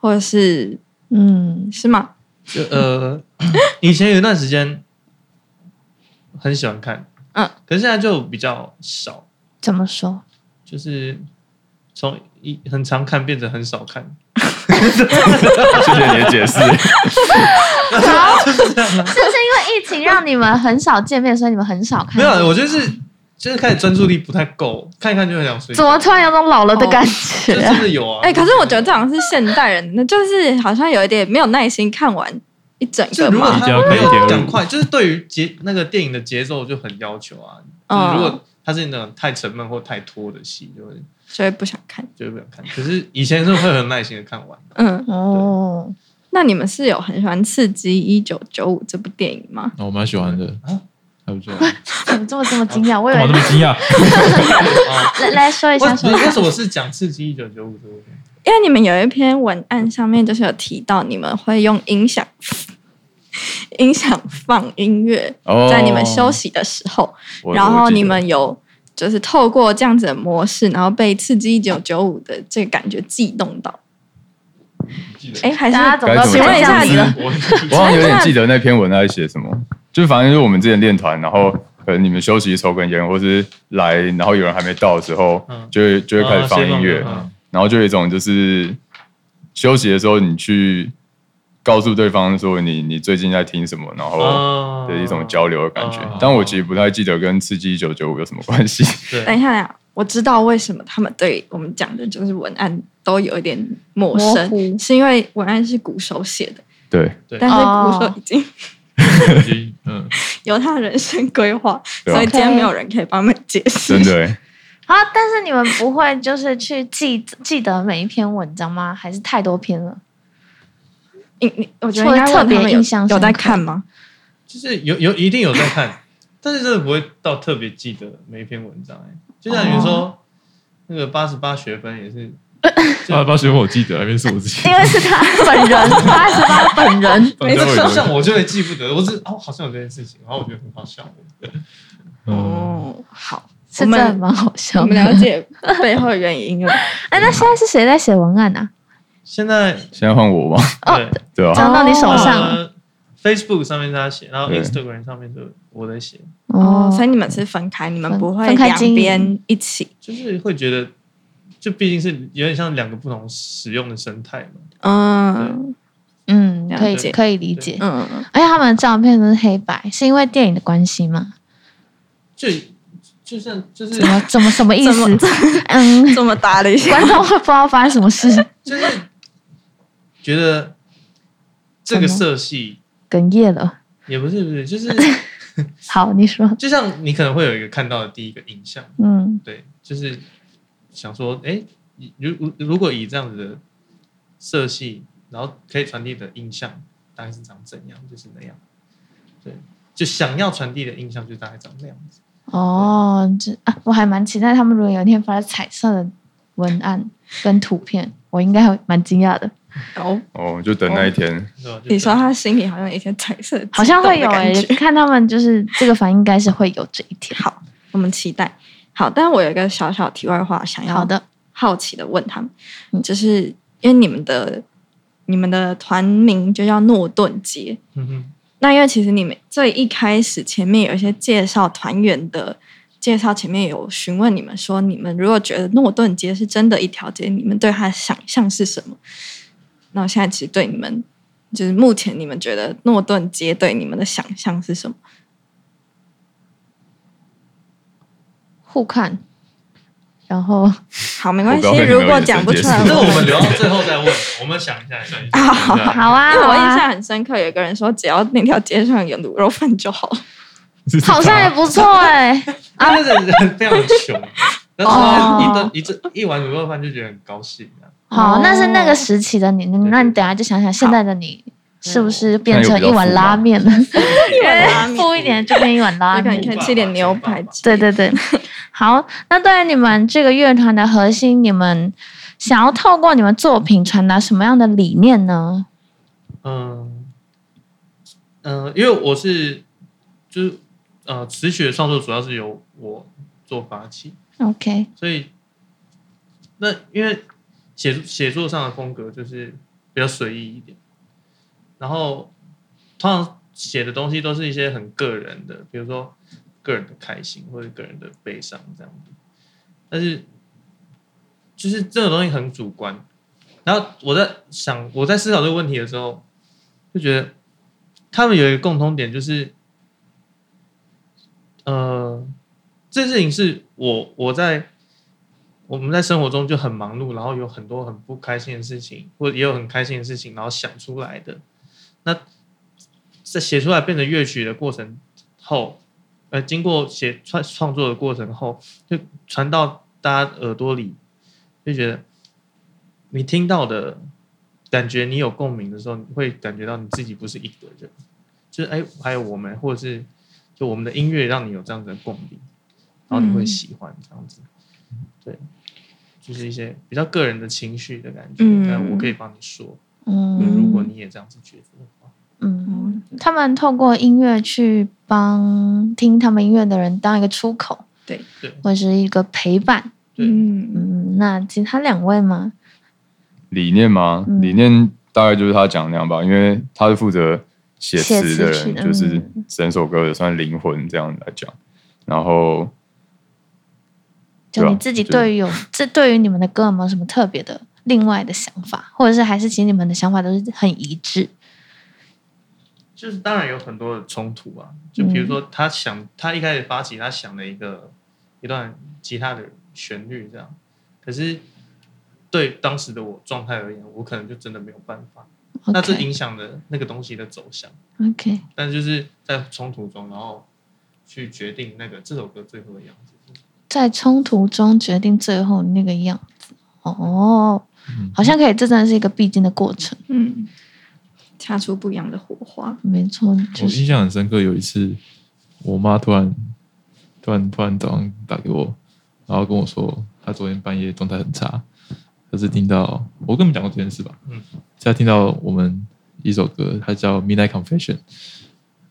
Speaker 3: 或者是
Speaker 2: 嗯，
Speaker 3: 是吗？
Speaker 4: 就呃， [coughs] 以前有一段时间很喜欢看，
Speaker 3: 嗯，
Speaker 4: 可是现在就比较少，
Speaker 2: 怎么
Speaker 3: [laughs]
Speaker 2: 说？
Speaker 4: 就是从一很常看变成很少看， [laughs]
Speaker 5: [laughs] 谢谢你的解释。
Speaker 4: 就是这样
Speaker 2: 是不是因
Speaker 4: 啊。
Speaker 2: 为疫情让你们很少见面，所以你们很少看？
Speaker 4: 没有，我觉得是就是开始专注力不太够，看一看就很想睡
Speaker 2: 怎
Speaker 4: 觉。
Speaker 2: 么突然有种老了的感
Speaker 4: 就
Speaker 2: 觉、
Speaker 4: 真的有啊？
Speaker 3: 哎、可是我觉得这好像是现代人，那就是好像有一点没有耐心看完一整
Speaker 4: 就
Speaker 3: 个
Speaker 4: 如果
Speaker 3: 嘛。
Speaker 6: 一定
Speaker 4: 他
Speaker 6: 要看
Speaker 4: 没
Speaker 6: 一点
Speaker 4: 有
Speaker 6: 二
Speaker 4: 赶
Speaker 6: 五
Speaker 4: 快，就是对于节那个电影的节奏就很要求啊。
Speaker 3: 嗯
Speaker 4: 就是如
Speaker 6: 嗯
Speaker 4: 果它是那种太沉闷或太拖的戏，就会
Speaker 3: 所以不想看。
Speaker 4: 就会不想看。可是以前是会很耐心的看完，
Speaker 3: 嗯，
Speaker 2: 哦，
Speaker 3: 那你们是有很喜欢《刺激一九九五》这部电影吗？
Speaker 6: 那我蛮喜欢的
Speaker 4: 啊，
Speaker 6: 还不错。
Speaker 2: 怎哦么这么这么惊讶？我以
Speaker 6: 干
Speaker 2: 为
Speaker 6: 嘛那么惊讶？
Speaker 4: [laughs] 啊，
Speaker 6: [laughs]
Speaker 2: 来来说一
Speaker 4: 为
Speaker 2: 下，说一
Speaker 4: 为什
Speaker 2: 下。
Speaker 4: 么是讲刺激一九九五的？
Speaker 3: 因为你们有一篇文案上面就是有提到你们会用音响， [laughs] 音响放音乐，
Speaker 5: 哦，
Speaker 3: 在你们休息的时候，
Speaker 5: 我，
Speaker 3: 然
Speaker 5: 哦我
Speaker 3: 后
Speaker 5: 记得
Speaker 3: 你们有就是透过这样子的模式，然后被刺激一九九五的这个感觉悸动到。
Speaker 6: 记得
Speaker 3: 哎，还是
Speaker 2: 大家总都
Speaker 5: 请问一下
Speaker 2: 看向你了。
Speaker 6: 我
Speaker 5: 我好像有点记得那篇文在写什么，就是反正就是我们之前练团，然后可能你们休息抽根烟，或是来，然后有人还没到的时候，
Speaker 4: 嗯
Speaker 5: 就会就会开始放音乐，
Speaker 4: 哦先放歌嗯
Speaker 5: 然后就有一种就是休息的时候你去告诉对方说你你最近在听什么，然后
Speaker 4: 哦
Speaker 5: 的一种交流的感觉。
Speaker 4: 哦
Speaker 5: 但我其实不太记得跟刺激一九九五有什么关系。 [laughs]
Speaker 3: 等
Speaker 4: 对
Speaker 3: 一下呀，我知道为什么他们对我们讲的就是文案都有一点陌
Speaker 2: 模糊
Speaker 3: 生，是因为文案是鼓手写的，
Speaker 5: 对，
Speaker 4: 对
Speaker 3: 但是鼓
Speaker 2: 哦
Speaker 3: 手已经
Speaker 6: 点，
Speaker 4: [laughs]
Speaker 6: 嗯，
Speaker 3: 有他的人生规划，
Speaker 5: 对啊
Speaker 3: 所以今天没有人可以帮他们解释。
Speaker 5: 真的、欸，
Speaker 2: 啊，但是你们不会就是去记记得每一篇文章吗？还是太多篇了？
Speaker 3: 你你，我觉得应该问
Speaker 2: 或者特别
Speaker 3: 他们有
Speaker 2: 印象深刻
Speaker 3: 有在看吗？
Speaker 4: 就是有有一定有在看，但是真的不会到特别记得每一篇文章、哎，就像你说、
Speaker 6: 哦
Speaker 4: 那个八十八学分也是，
Speaker 6: 八八学分我记得，那边是
Speaker 2: [laughs]
Speaker 6: 我自己，
Speaker 2: [laughs] 因为是他本人，八十八本人。
Speaker 6: 没
Speaker 4: 但是 [laughs] 像我就会记不得，我只哦好像有这件事情，然后我觉得很好笑。
Speaker 6: 哦，
Speaker 5: 嗯
Speaker 3: 哦，好，
Speaker 2: 是真的蛮好笑
Speaker 3: 我
Speaker 2: 的
Speaker 3: 们。了解背后的原因了。
Speaker 2: 哎，那现在是谁在写文案啊呢、
Speaker 4: 现在
Speaker 5: 现在换我吧，
Speaker 6: 哦
Speaker 4: 对，
Speaker 5: 对吧、
Speaker 2: 啊？交到你手上了。
Speaker 4: 呃，Facebook 上面是他写，然后
Speaker 5: 对
Speaker 4: Instagram 上面是我在写，
Speaker 3: 哦，所以
Speaker 2: [laughs] 哦，
Speaker 3: 你们是分开，你们
Speaker 2: 分
Speaker 3: 不会
Speaker 2: 分开
Speaker 3: 两
Speaker 2: 经营
Speaker 3: 边一起。
Speaker 4: 就是会觉得，就毕竟是有点像两个不同使用的生态嘛。
Speaker 3: 嗯
Speaker 2: 嗯，可
Speaker 4: 了
Speaker 2: 以
Speaker 4: 解
Speaker 2: 可以理解。
Speaker 3: 嗯，
Speaker 2: 而哎且他们的照片都是黑白，是因为电影的关系吗？
Speaker 4: 就就像就是
Speaker 2: 怎么怎么什么意
Speaker 3: 怎么
Speaker 2: 思？ [laughs] 嗯，
Speaker 3: 这么大的一些，
Speaker 2: 观众会不知道发生什么事，
Speaker 4: 就是觉得这个色系
Speaker 2: 哽咽了。
Speaker 4: 也不是不是，就是
Speaker 2: [laughs] 好，你说，
Speaker 4: 就像你可能会有一个看到的第一个印象，
Speaker 2: 嗯，
Speaker 4: 对，就是想说，哎，如如如果以这样子的色系，然后可以传递的印象大概是长怎样，就是那样，对，就想要传递的印象就大概长那样子。
Speaker 2: 哦，这啊，我还蛮期待他们如果有一天发彩色的文案跟图片，我应该会蛮惊讶的，
Speaker 3: [laughs] 哦，
Speaker 5: 哦，就等那一 [laughs] 天，
Speaker 4: 对吧？就
Speaker 3: 你说
Speaker 4: 是
Speaker 3: 他心里好像有一些彩色，
Speaker 2: 好像会有欸
Speaker 3: 哎
Speaker 2: 诶、。看他们就是这个反应，应该是会有这一天。
Speaker 3: 好，我们期待。好，但我有一个小小题外话，想
Speaker 2: 好
Speaker 3: 要
Speaker 2: 的，
Speaker 3: 好奇的问他们，
Speaker 2: 嗯
Speaker 3: 就是因为你们的你们的团名就叫诺顿街，
Speaker 4: 嗯哼，
Speaker 3: 那因为其实你们最一开始前面有一些介绍团员的介绍，前面有询问你们说，你们如果觉得诺顿街是真的一条街，你们对它的想象是什么？那我现在其实对你们，就是目前你们觉得诺顿街对你们的想象是什么？
Speaker 2: 互看，然后
Speaker 3: 好，没关系
Speaker 5: 我不知道，
Speaker 3: 如果讲不出来，
Speaker 5: 你
Speaker 4: 这个我们 [laughs]
Speaker 3: 因
Speaker 4: 留到最后再问，我们想一下，想一下。
Speaker 3: [laughs]
Speaker 6: 好
Speaker 2: 好 [laughs] 啊，
Speaker 3: 为
Speaker 2: 好
Speaker 3: 我
Speaker 2: 啊
Speaker 3: 印象很深刻，有个人说，只要那条街上有卤肉饭就
Speaker 2: [laughs]
Speaker 3: 好了。
Speaker 2: 好像也不错哎、
Speaker 4: 啊，那个人非常穷，
Speaker 3: 哦
Speaker 4: 然后吃了一顿一顿一碗卤肉饭就觉得很高兴啊。
Speaker 2: [laughs] 好，
Speaker 3: 哦
Speaker 2: 那是那个时期的你，那你等一下就想想现在的你是不是变成一碗拉面 [laughs] 了？
Speaker 3: 一碗拉面
Speaker 2: 富一点就变一碗拉
Speaker 3: 有可能
Speaker 2: 面
Speaker 3: 可。以吃点牛排之
Speaker 2: 对
Speaker 3: 类的，
Speaker 2: 对 [laughs] 对，好，那对于你们这个乐团的核心，你们想要透过你们作品传达什么样的理念呢？
Speaker 4: 嗯嗯，因为我是就是呃词曲的创作主要是由我做发起，
Speaker 2: OK，
Speaker 4: 所以那因为写写作上的风格就是比较随意一点，然后通常写的东西都是一些很个人的，比如说个人的开心或者个人的悲伤这样子。但是就是这种东西很主观。然后我在想，我在思考这个问题的时候，就觉得他们有一个共通点，就是呃，这事情是我我在我们在生活中就很忙碌，然后有很多很不开心的事情，或者也有很开心的事情，然后想出来的。那在写出来变成乐曲的过程后，呃，经过写创创作的过程后，就传到大家耳朵里，就觉得嗯你听到的感觉，你有共鸣的时候，你会感觉到你自己不是一个人，就是哎，还有我们，或者是就我们的音乐让你有这样子的共鸣，然后你会喜欢这样子，对，就是一些比较个人的情绪的感觉，
Speaker 3: 嗯
Speaker 4: 那我可以帮你说，如果
Speaker 2: 嗯
Speaker 4: 你也这样子觉得的话，
Speaker 2: 嗯，他们透过音乐去帮听他们音乐的人当一个出口，
Speaker 3: 对
Speaker 4: 对
Speaker 2: 或是一个陪伴。
Speaker 4: 对
Speaker 3: 嗯，
Speaker 2: 嗯，那其他两位嘛，
Speaker 5: 理念吗？
Speaker 2: 嗯
Speaker 5: 理念大概就是他讲的那样吧，因为他是负责写词的
Speaker 2: 写词曲
Speaker 5: 人，
Speaker 2: 的
Speaker 5: 就是
Speaker 2: 嗯
Speaker 5: 整首歌的算灵魂这样来讲。然后
Speaker 2: 就
Speaker 5: 对啊
Speaker 2: 你自己
Speaker 5: 我觉得
Speaker 2: 对于有这对于你们的歌有没有什么特别的另外的想法，或者是还是其实你们的想法都是很一致？
Speaker 4: 就是当然有很多的冲突啊，就比如说他想，他一开始发起他想了一个一段吉他的旋律这样，可是对当时的我状态而言，我可能就真的没有办法，那这
Speaker 2: OK
Speaker 4: 影响了那个东西的走向。
Speaker 2: OK，
Speaker 4: 但就是在冲突中，然后去决定那个这首歌最后的样子。
Speaker 2: 在冲突中决定最后那个样子。哦，好像可以，这真的是一个必经的过程。
Speaker 3: 嗯，擦出不一样的火花。
Speaker 2: 没错，
Speaker 6: 我
Speaker 2: 就
Speaker 6: 印
Speaker 2: 是
Speaker 6: 象很深刻，有一次我妈突然突然突然早上打给我，然后跟我说她昨天半夜状态很差，可是听到我跟你们讲过这件事吧，
Speaker 4: 嗯，
Speaker 6: 她听到我们一首歌，它叫《Midnight Confession》，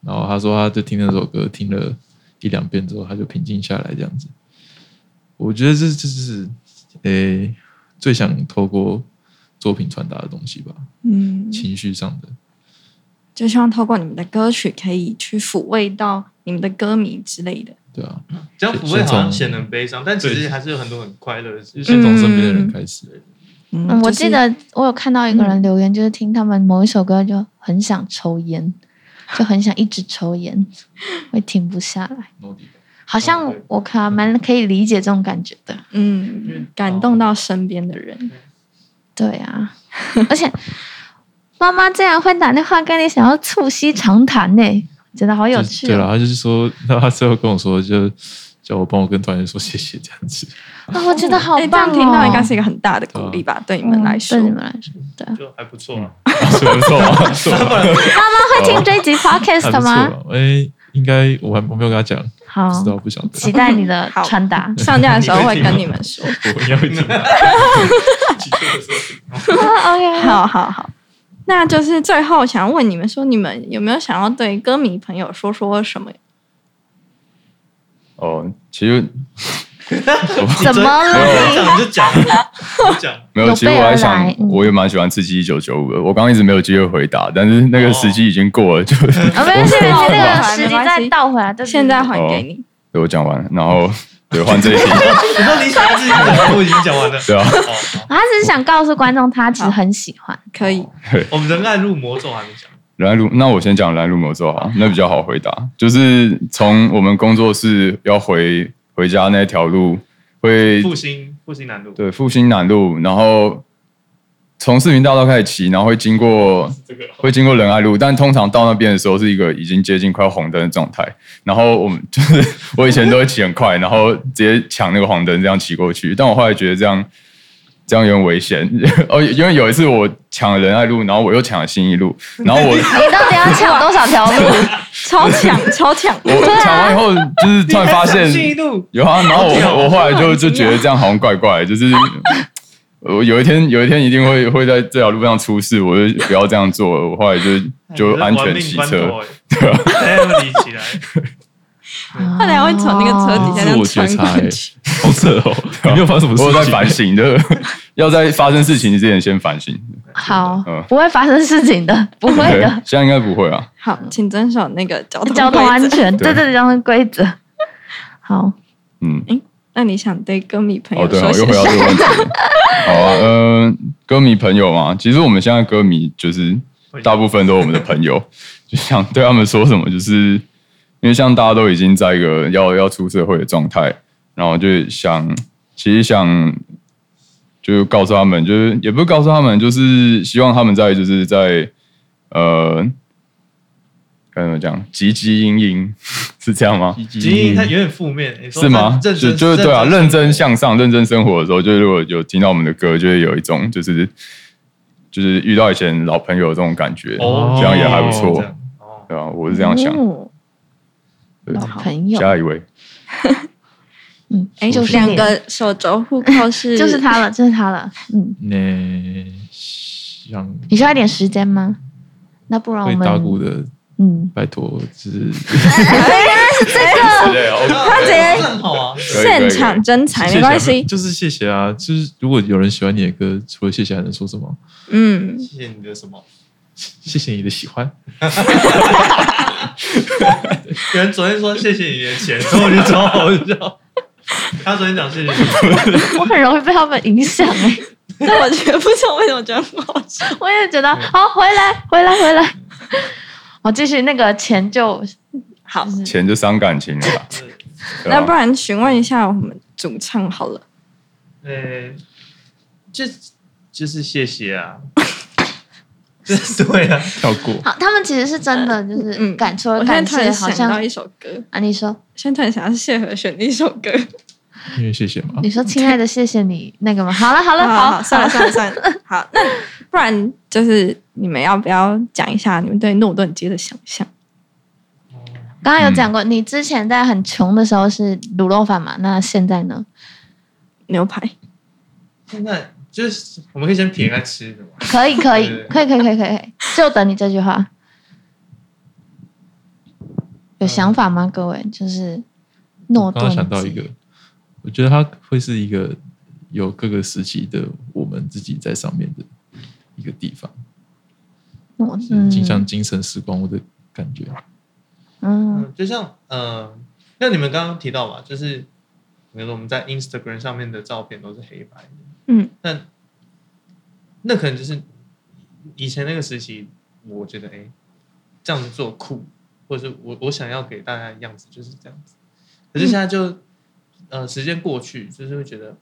Speaker 6: 然后她说她就听那首歌听了一两遍之后，她就平静下来这样子。我觉得这这就是诶、最想透过作品传达的东西吧，
Speaker 3: 嗯，
Speaker 6: 情绪上的。
Speaker 3: 就希望透过你们的歌曲，可以去抚慰到你们的歌迷之类的。
Speaker 6: 对啊，
Speaker 4: 这样不会好像显得很悲伤，但其实还是有很多很快乐的事情。
Speaker 6: 先从身边的人开始。啊
Speaker 3: 嗯
Speaker 2: 嗯，我
Speaker 3: 就是
Speaker 2: 记得我有看到一个人留言，就是听他们某一首歌就很想抽 [laughs] 烟，就很想一直抽烟，会停不下来。好像我看蛮可以理解这种感觉的。
Speaker 3: 嗯，感动到身边的人。
Speaker 2: 对啊， [laughs] 而且妈妈竟然会打电话跟你想要促膝长谈呢、欸觉得好有趣、
Speaker 6: 就对
Speaker 2: 哦。
Speaker 6: 了，他就是说， [laughs] 那他最后跟我说，就叫我帮我跟团员说谢谢这样子。
Speaker 2: 啊、我觉得好
Speaker 3: 哎这
Speaker 2: 棒
Speaker 3: 样
Speaker 2: 哦！嗯
Speaker 3: 听到应该是一个很大的鼓励吧，对你啊们来说
Speaker 2: 对。你们来说，对啊。
Speaker 4: 就还不错、啊， [laughs]
Speaker 5: 是不错啊，是不错啊
Speaker 2: 会听这一集
Speaker 6: 还
Speaker 2: podcast
Speaker 6: 不错
Speaker 2: 吗？
Speaker 6: 啊。哎，应该我还我没有跟他讲，不
Speaker 2: 好，
Speaker 6: 知道不晓
Speaker 2: 期
Speaker 6: 得。
Speaker 2: 待你的
Speaker 3: 好
Speaker 2: 穿
Speaker 3: [laughs]
Speaker 2: 搭。
Speaker 3: 上架的时候会跟你们说。
Speaker 6: 我应该会听的。
Speaker 2: 哦 OK，好，
Speaker 3: [laughs] 好好好，那就是最后想问你们说，你们有没有想要对歌迷朋友说说什么？
Speaker 5: 哦，其实
Speaker 4: [laughs]
Speaker 2: 怎么
Speaker 4: 啊
Speaker 2: 了你？
Speaker 4: 你就讲，啊你就讲，
Speaker 5: 没有，
Speaker 2: 有
Speaker 5: 其实我
Speaker 2: 备而
Speaker 5: 还想
Speaker 2: 来，嗯
Speaker 5: 我也蛮喜欢刺激一九九五的。我刚刚一直没有机会回答，但是那个时机已经过了，就
Speaker 2: 啊，没关系，没关系，那
Speaker 3: 没
Speaker 2: 个
Speaker 3: 关系
Speaker 2: 时机再倒回来。对，对
Speaker 3: 现在
Speaker 2: 对
Speaker 3: 还给你。
Speaker 6: 哦
Speaker 5: [laughs] 对我讲完了，然后对
Speaker 2: [laughs]
Speaker 5: 换这一题，
Speaker 4: [laughs] 你说你想要自己讲，我已经讲完了。
Speaker 5: 对啊，
Speaker 4: 哦，
Speaker 2: 他
Speaker 4: 好
Speaker 2: 只是想告诉观众，他其实很喜欢。
Speaker 3: 可以，
Speaker 4: 我们人爱入魔咒还没讲，
Speaker 5: 蓝路，那我先讲蓝路魔咒好，那比较好回答。就是从我们工作室要回回家那条路，会
Speaker 4: 复兴复兴南路，
Speaker 5: 对复兴南路，然后从市民大道开始骑，然后会经过
Speaker 4: 这个
Speaker 5: 会经过仁爱路，但通常到那边的时候是一个已经接近快要红灯的状态。然后我们 [laughs] 就是我以前都会骑很快，然后直接抢那个黄灯这样骑过去，但我后来觉得这样这样有点危险。 [laughs] 哦，因为有一次我抢了仁爱路，然后我又抢了新一路，然后
Speaker 4: [laughs]
Speaker 5: 我。
Speaker 2: 你到底要抢多少条路？
Speaker 3: 超强超强，
Speaker 5: 我抢
Speaker 2: 啊
Speaker 5: 完以后，就是突然发现
Speaker 4: 信义路
Speaker 5: 有啊，然后
Speaker 4: 好屌
Speaker 5: 我我后来就就觉得这样好像怪
Speaker 6: [laughs]
Speaker 5: 怪的，就是我有一天有一天一定会会在这条路上出事，我就不要这样做了。我后来
Speaker 6: 哎
Speaker 5: 就
Speaker 4: 哎
Speaker 5: 就安全骑 [laughs] 车，，啊
Speaker 4: 对吧？还哎要理起来，
Speaker 5: [laughs]
Speaker 3: 他俩会从那个车底下这
Speaker 6: 哦自
Speaker 3: 样穿
Speaker 6: 我觉察，
Speaker 3: 过
Speaker 6: 哎
Speaker 3: 去。
Speaker 6: 好扯 [laughs] 哦！ [laughs] 你没有发生什么事
Speaker 5: 啊我
Speaker 6: 情？
Speaker 5: 有在反省的， [laughs] 要在发生事情之前先反省。
Speaker 2: 哦好
Speaker 5: 嗯，
Speaker 2: 不会发生事情的，不会
Speaker 5: 对
Speaker 2: 的。
Speaker 5: 现在应该不会啊。
Speaker 3: 好，请遵守那个交通
Speaker 2: 交通
Speaker 3: 规则
Speaker 2: 安。全，对
Speaker 5: 对
Speaker 2: 对对，交通规则。好，
Speaker 5: 嗯，
Speaker 3: 那你想对歌迷朋
Speaker 5: 哦，
Speaker 3: 友
Speaker 5: 对
Speaker 6: 啊
Speaker 5: 哦，
Speaker 3: 说
Speaker 5: 我又
Speaker 3: 些
Speaker 5: 回到
Speaker 3: 什么？
Speaker 5: 这个问题
Speaker 3: [laughs]
Speaker 5: 了。好啊，嗯、歌迷朋友嘛，其实我们现在歌迷就是大部分都是我们的
Speaker 3: [laughs]
Speaker 5: 朋友，就想对他们说什么，就是因为像大家都已经在一个要要出社会的状态，然后就想，其实想就告诉他们，就是也不是告诉他们，就是希望他们在就是在呃，该怎么讲，汲汲营营 [laughs] 是这样吗？
Speaker 4: 基因它有点负面，你说
Speaker 5: 是吗？
Speaker 4: 认
Speaker 5: 就
Speaker 4: 真
Speaker 5: 就是对啊，认真
Speaker 4: 向。
Speaker 5: 向上、认真生活的时候，就是如果有听到我们的歌，就会有一种就是就是遇到以前老朋友这种感觉，
Speaker 4: 哦
Speaker 5: 这样也还不错
Speaker 4: 这，样哦，
Speaker 5: 对啊，我是这样想。
Speaker 3: 嗯
Speaker 2: 哦
Speaker 5: 对
Speaker 2: 老朋友，
Speaker 5: 下
Speaker 4: [laughs]
Speaker 5: 一位，
Speaker 2: 嗯，
Speaker 3: 哎，
Speaker 2: 就是
Speaker 3: 两
Speaker 2: 你，
Speaker 3: 个手肘互扣
Speaker 2: [laughs]
Speaker 3: 是，
Speaker 2: 就是他了，就是他了。嗯，
Speaker 6: [laughs] 那想
Speaker 2: 你需要一点时间吗？那不然我
Speaker 6: 会打鼓
Speaker 2: 们
Speaker 6: 的
Speaker 2: 嗯，
Speaker 6: 拜托，
Speaker 2: [laughs]
Speaker 6: 就是
Speaker 5: 之类的。哦
Speaker 4: 他
Speaker 3: 直接
Speaker 4: 很好啊，
Speaker 5: 可以可以可
Speaker 3: 现
Speaker 5: 以
Speaker 3: 场真才
Speaker 2: 哎
Speaker 3: 没关系，
Speaker 6: [laughs] 就是谢谢啊。就是如果有人喜欢你的歌，除了谢谢还能说什么？
Speaker 3: 嗯，
Speaker 4: 谢谢你的什么？
Speaker 6: 谢谢你的喜欢，
Speaker 4: 有人昨天说谢谢你的钱，然后我就超好笑。他昨天讲谢谢你，
Speaker 2: [laughs] 我很容易被他们影响哎、
Speaker 3: 但我觉得不知道为什么觉得很好笑，
Speaker 2: 我也觉得好，回来，回来，回来。我继续那个钱就
Speaker 3: 好，
Speaker 6: 啊
Speaker 5: 钱就伤感情了啦。对啊
Speaker 3: 那不
Speaker 5: 吧？
Speaker 3: 然询问一下我们主唱好了，
Speaker 4: 呃，就就是谢谢啊， [laughs] 就是对啊，
Speaker 6: 跳过。
Speaker 2: 好，他们其实是真的，就是
Speaker 3: 嗯
Speaker 2: 感受
Speaker 3: 我现在
Speaker 2: 感
Speaker 3: 突
Speaker 2: 谢，
Speaker 3: 然
Speaker 2: 好
Speaker 3: 想到
Speaker 2: 像
Speaker 3: 一首歌，
Speaker 2: 啊，你说
Speaker 3: 现在突然想到谢和弦的一首歌，
Speaker 6: 因为谢谢嘛
Speaker 2: 你。说亲爱的，谢谢你那个吗？好了， [laughs] 好了，
Speaker 3: 好
Speaker 2: 好， [laughs]
Speaker 3: 算了算了算了，好，那不然就是你们要不要讲一下你们对诺顿街的想象？
Speaker 2: 刚刚有讲过，你之前在很穷的时候是卤肉饭嘛？那现在呢？
Speaker 3: 牛排，
Speaker 4: 现在就是我们可以先撇开吃的嘛，
Speaker 2: 可以，可以
Speaker 4: 对，
Speaker 2: 可以，可以，可以，可以，就等你这句话。有想法吗，各位？就是诺
Speaker 6: 我刚
Speaker 2: 顿街。
Speaker 6: 刚想到一个，我觉得它会是一个有各个时期的我们自己在上面的一个地方，
Speaker 2: 诺，
Speaker 6: 就是经像
Speaker 2: 嗯
Speaker 6: 精神时光屋的感觉。
Speaker 2: 嗯
Speaker 4: 嗯，就像呃，像你们刚刚提到嘛，就是比如说我们在 Instagram 上面的照片都是黑白的，
Speaker 3: 嗯，
Speaker 4: 但那可能就是以前那个时期，我觉得哎、诶这样子做酷，或者是我我想要给大家的样子就是这样子。可是现在就、呃，时间过去，就是会觉得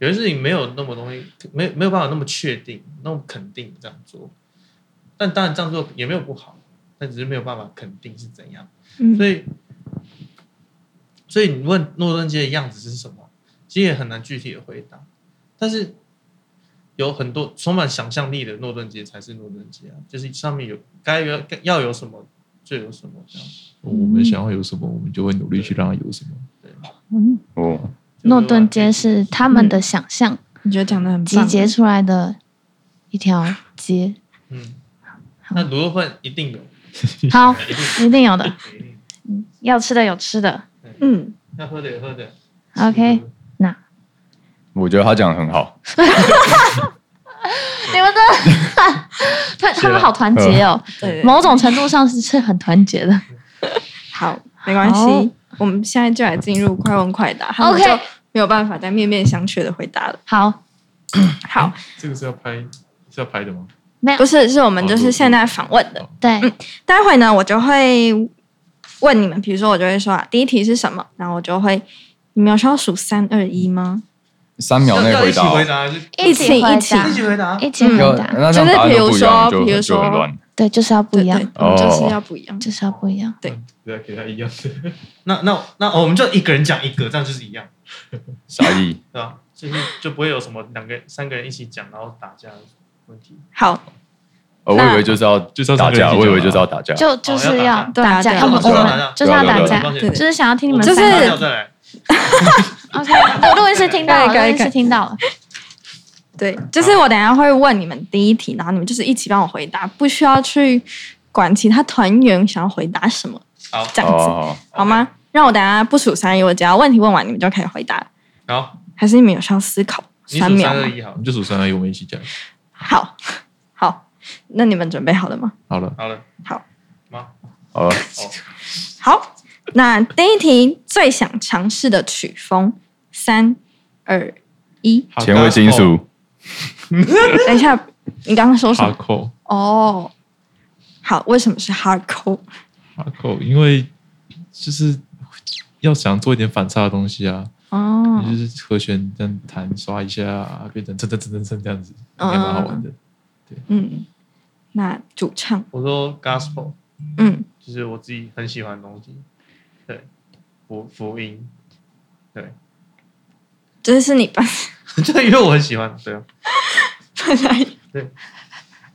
Speaker 4: 有些事情没有那么容易，没没有办法那么确定、那么肯定这样做。但当然这样做也没有不好，但只是没有办法肯定是怎样。
Speaker 3: 嗯
Speaker 4: 所以，所以你问诺顿街的样子是什么，其实也很难具体的回答。但是有很多充满想象力的诺顿街才是诺顿街啊，就是上面有该有该要有什么就有什么这样。
Speaker 6: 我们想要有什么，我们就会努力去让它有什么。
Speaker 2: 嗯，
Speaker 5: 哦，
Speaker 2: 诺顿街是他们的想象
Speaker 3: 你觉得讲的很
Speaker 2: 集
Speaker 3: 棒
Speaker 2: 结出来的一条街。
Speaker 4: 嗯，那卤肉饭一定有，
Speaker 2: 好，嗯
Speaker 4: 一定
Speaker 2: 一定有的，
Speaker 4: 有一定
Speaker 2: 要吃的有吃
Speaker 3: [laughs]
Speaker 2: 的。
Speaker 3: 嗯，
Speaker 4: 有，要喝的有喝的。
Speaker 2: OK，那
Speaker 5: 我觉得他讲的很好。
Speaker 2: 你们的
Speaker 3: [laughs]
Speaker 2: 他他们好团结哦，
Speaker 3: 对，
Speaker 2: 某种程度上是是很团结的。
Speaker 3: 好，没关
Speaker 2: 好
Speaker 3: 系，我们现在就来进入快问快答，他们
Speaker 2: OK
Speaker 3: 就没有办法再面面相觑的回答了。
Speaker 2: 好，
Speaker 3: 好，
Speaker 6: 这个是要拍是要拍的吗？
Speaker 2: 没有
Speaker 3: 不是，是我们就是现在访问的。
Speaker 2: 对，
Speaker 3: 待会呢，我就会问你们，比如说我就会说啊，第一题是什么，然后我就会，你们有需要数三二一吗？
Speaker 5: 三秒内
Speaker 4: 要要一
Speaker 5: 回
Speaker 4: 起
Speaker 5: 答哦，
Speaker 4: 回答还是
Speaker 2: 一
Speaker 3: 起
Speaker 2: 回
Speaker 3: 一起嗯
Speaker 2: 答
Speaker 4: 一起回答？啊
Speaker 2: 一起回
Speaker 5: 要
Speaker 2: 答，
Speaker 5: 那这样答案都不
Speaker 3: 就
Speaker 5: 一样，
Speaker 3: 是比如说
Speaker 5: 就就
Speaker 3: 比
Speaker 5: 很
Speaker 3: 如说
Speaker 5: 乱。
Speaker 2: 对，就是要不一样，
Speaker 3: 对，对我们就是
Speaker 5: 哦
Speaker 3: 要不一
Speaker 2: [laughs]
Speaker 3: 样。
Speaker 2: 就是要不一样。
Speaker 3: 对，
Speaker 6: 对啊，给他一样的。
Speaker 4: 那那那哦我们就一个人讲一个，这样就是一样，
Speaker 5: 啥意？
Speaker 4: 对吧？就是就不会有什么两个三个人一起讲然后打架的问题。
Speaker 3: 好，
Speaker 5: 哦，我以为就是要就是
Speaker 6: 要
Speaker 5: 打
Speaker 6: 三个人
Speaker 5: 架，
Speaker 6: 一起
Speaker 5: 我以为
Speaker 6: 讲啊
Speaker 5: 就是要打架。
Speaker 2: 就就是要
Speaker 3: 对啊
Speaker 2: 打架，
Speaker 3: 对啊
Speaker 2: 要么我
Speaker 4: 对啊对
Speaker 2: 们哦
Speaker 4: 啊
Speaker 2: 就是要打
Speaker 5: 对啊对
Speaker 2: 架
Speaker 5: 啊，
Speaker 4: 抱歉
Speaker 3: 对
Speaker 2: 就是想要听你们
Speaker 3: 我就是
Speaker 2: 三
Speaker 4: 那
Speaker 2: 个
Speaker 4: 我要再来。
Speaker 3: [laughs]
Speaker 2: OK，录音室听到了，
Speaker 3: 可
Speaker 2: 录
Speaker 3: 以
Speaker 2: 音
Speaker 3: 可以可
Speaker 2: 室
Speaker 3: 以
Speaker 2: 听到了。
Speaker 3: 对，就是我等一下会问你们第一题，然后你们就是一起帮我回答，不需要去管其他团员想要回答什么，
Speaker 4: 好，
Speaker 3: 这样子、
Speaker 5: 哦，
Speaker 3: 好吗？让我等一下不数三二一，我只要问题问完，你们就可以回答了，
Speaker 4: 好，
Speaker 3: 还是你们有需要思考
Speaker 4: 你
Speaker 3: 三
Speaker 4: 数
Speaker 3: 秒
Speaker 4: 三
Speaker 3: 吗
Speaker 4: 二？一好
Speaker 6: 我们，就数三二一，我们一起讲。
Speaker 3: 好，好，那你们准备好了吗？
Speaker 6: 好了，
Speaker 4: 好了，
Speaker 3: 好，
Speaker 4: 吗？
Speaker 5: 好
Speaker 4: 哦，
Speaker 5: 了，
Speaker 3: 好，那第一题最想尝试的曲风，三二一，
Speaker 5: 前卫金属，
Speaker 3: 等一下，你刚刚说什
Speaker 6: 哈
Speaker 3: 么？
Speaker 6: 扣
Speaker 3: 哦，好，为什么是 hardcore？
Speaker 6: 哈扣，因为就是要想做一点反差的东西啊，
Speaker 3: 哦，
Speaker 6: 就是和弦这样弹刷一下，啊变成蹭蹭蹭蹭蹭这样子，应该蛮好玩的。
Speaker 3: 嗯，那主唱，
Speaker 4: 我说 gospel
Speaker 3: 嗯，
Speaker 4: 就是我自己很喜欢的东西，对，福福音， [laughs] 对，
Speaker 3: 这是你本
Speaker 4: 对，因为我很喜欢，对啊，
Speaker 3: 本来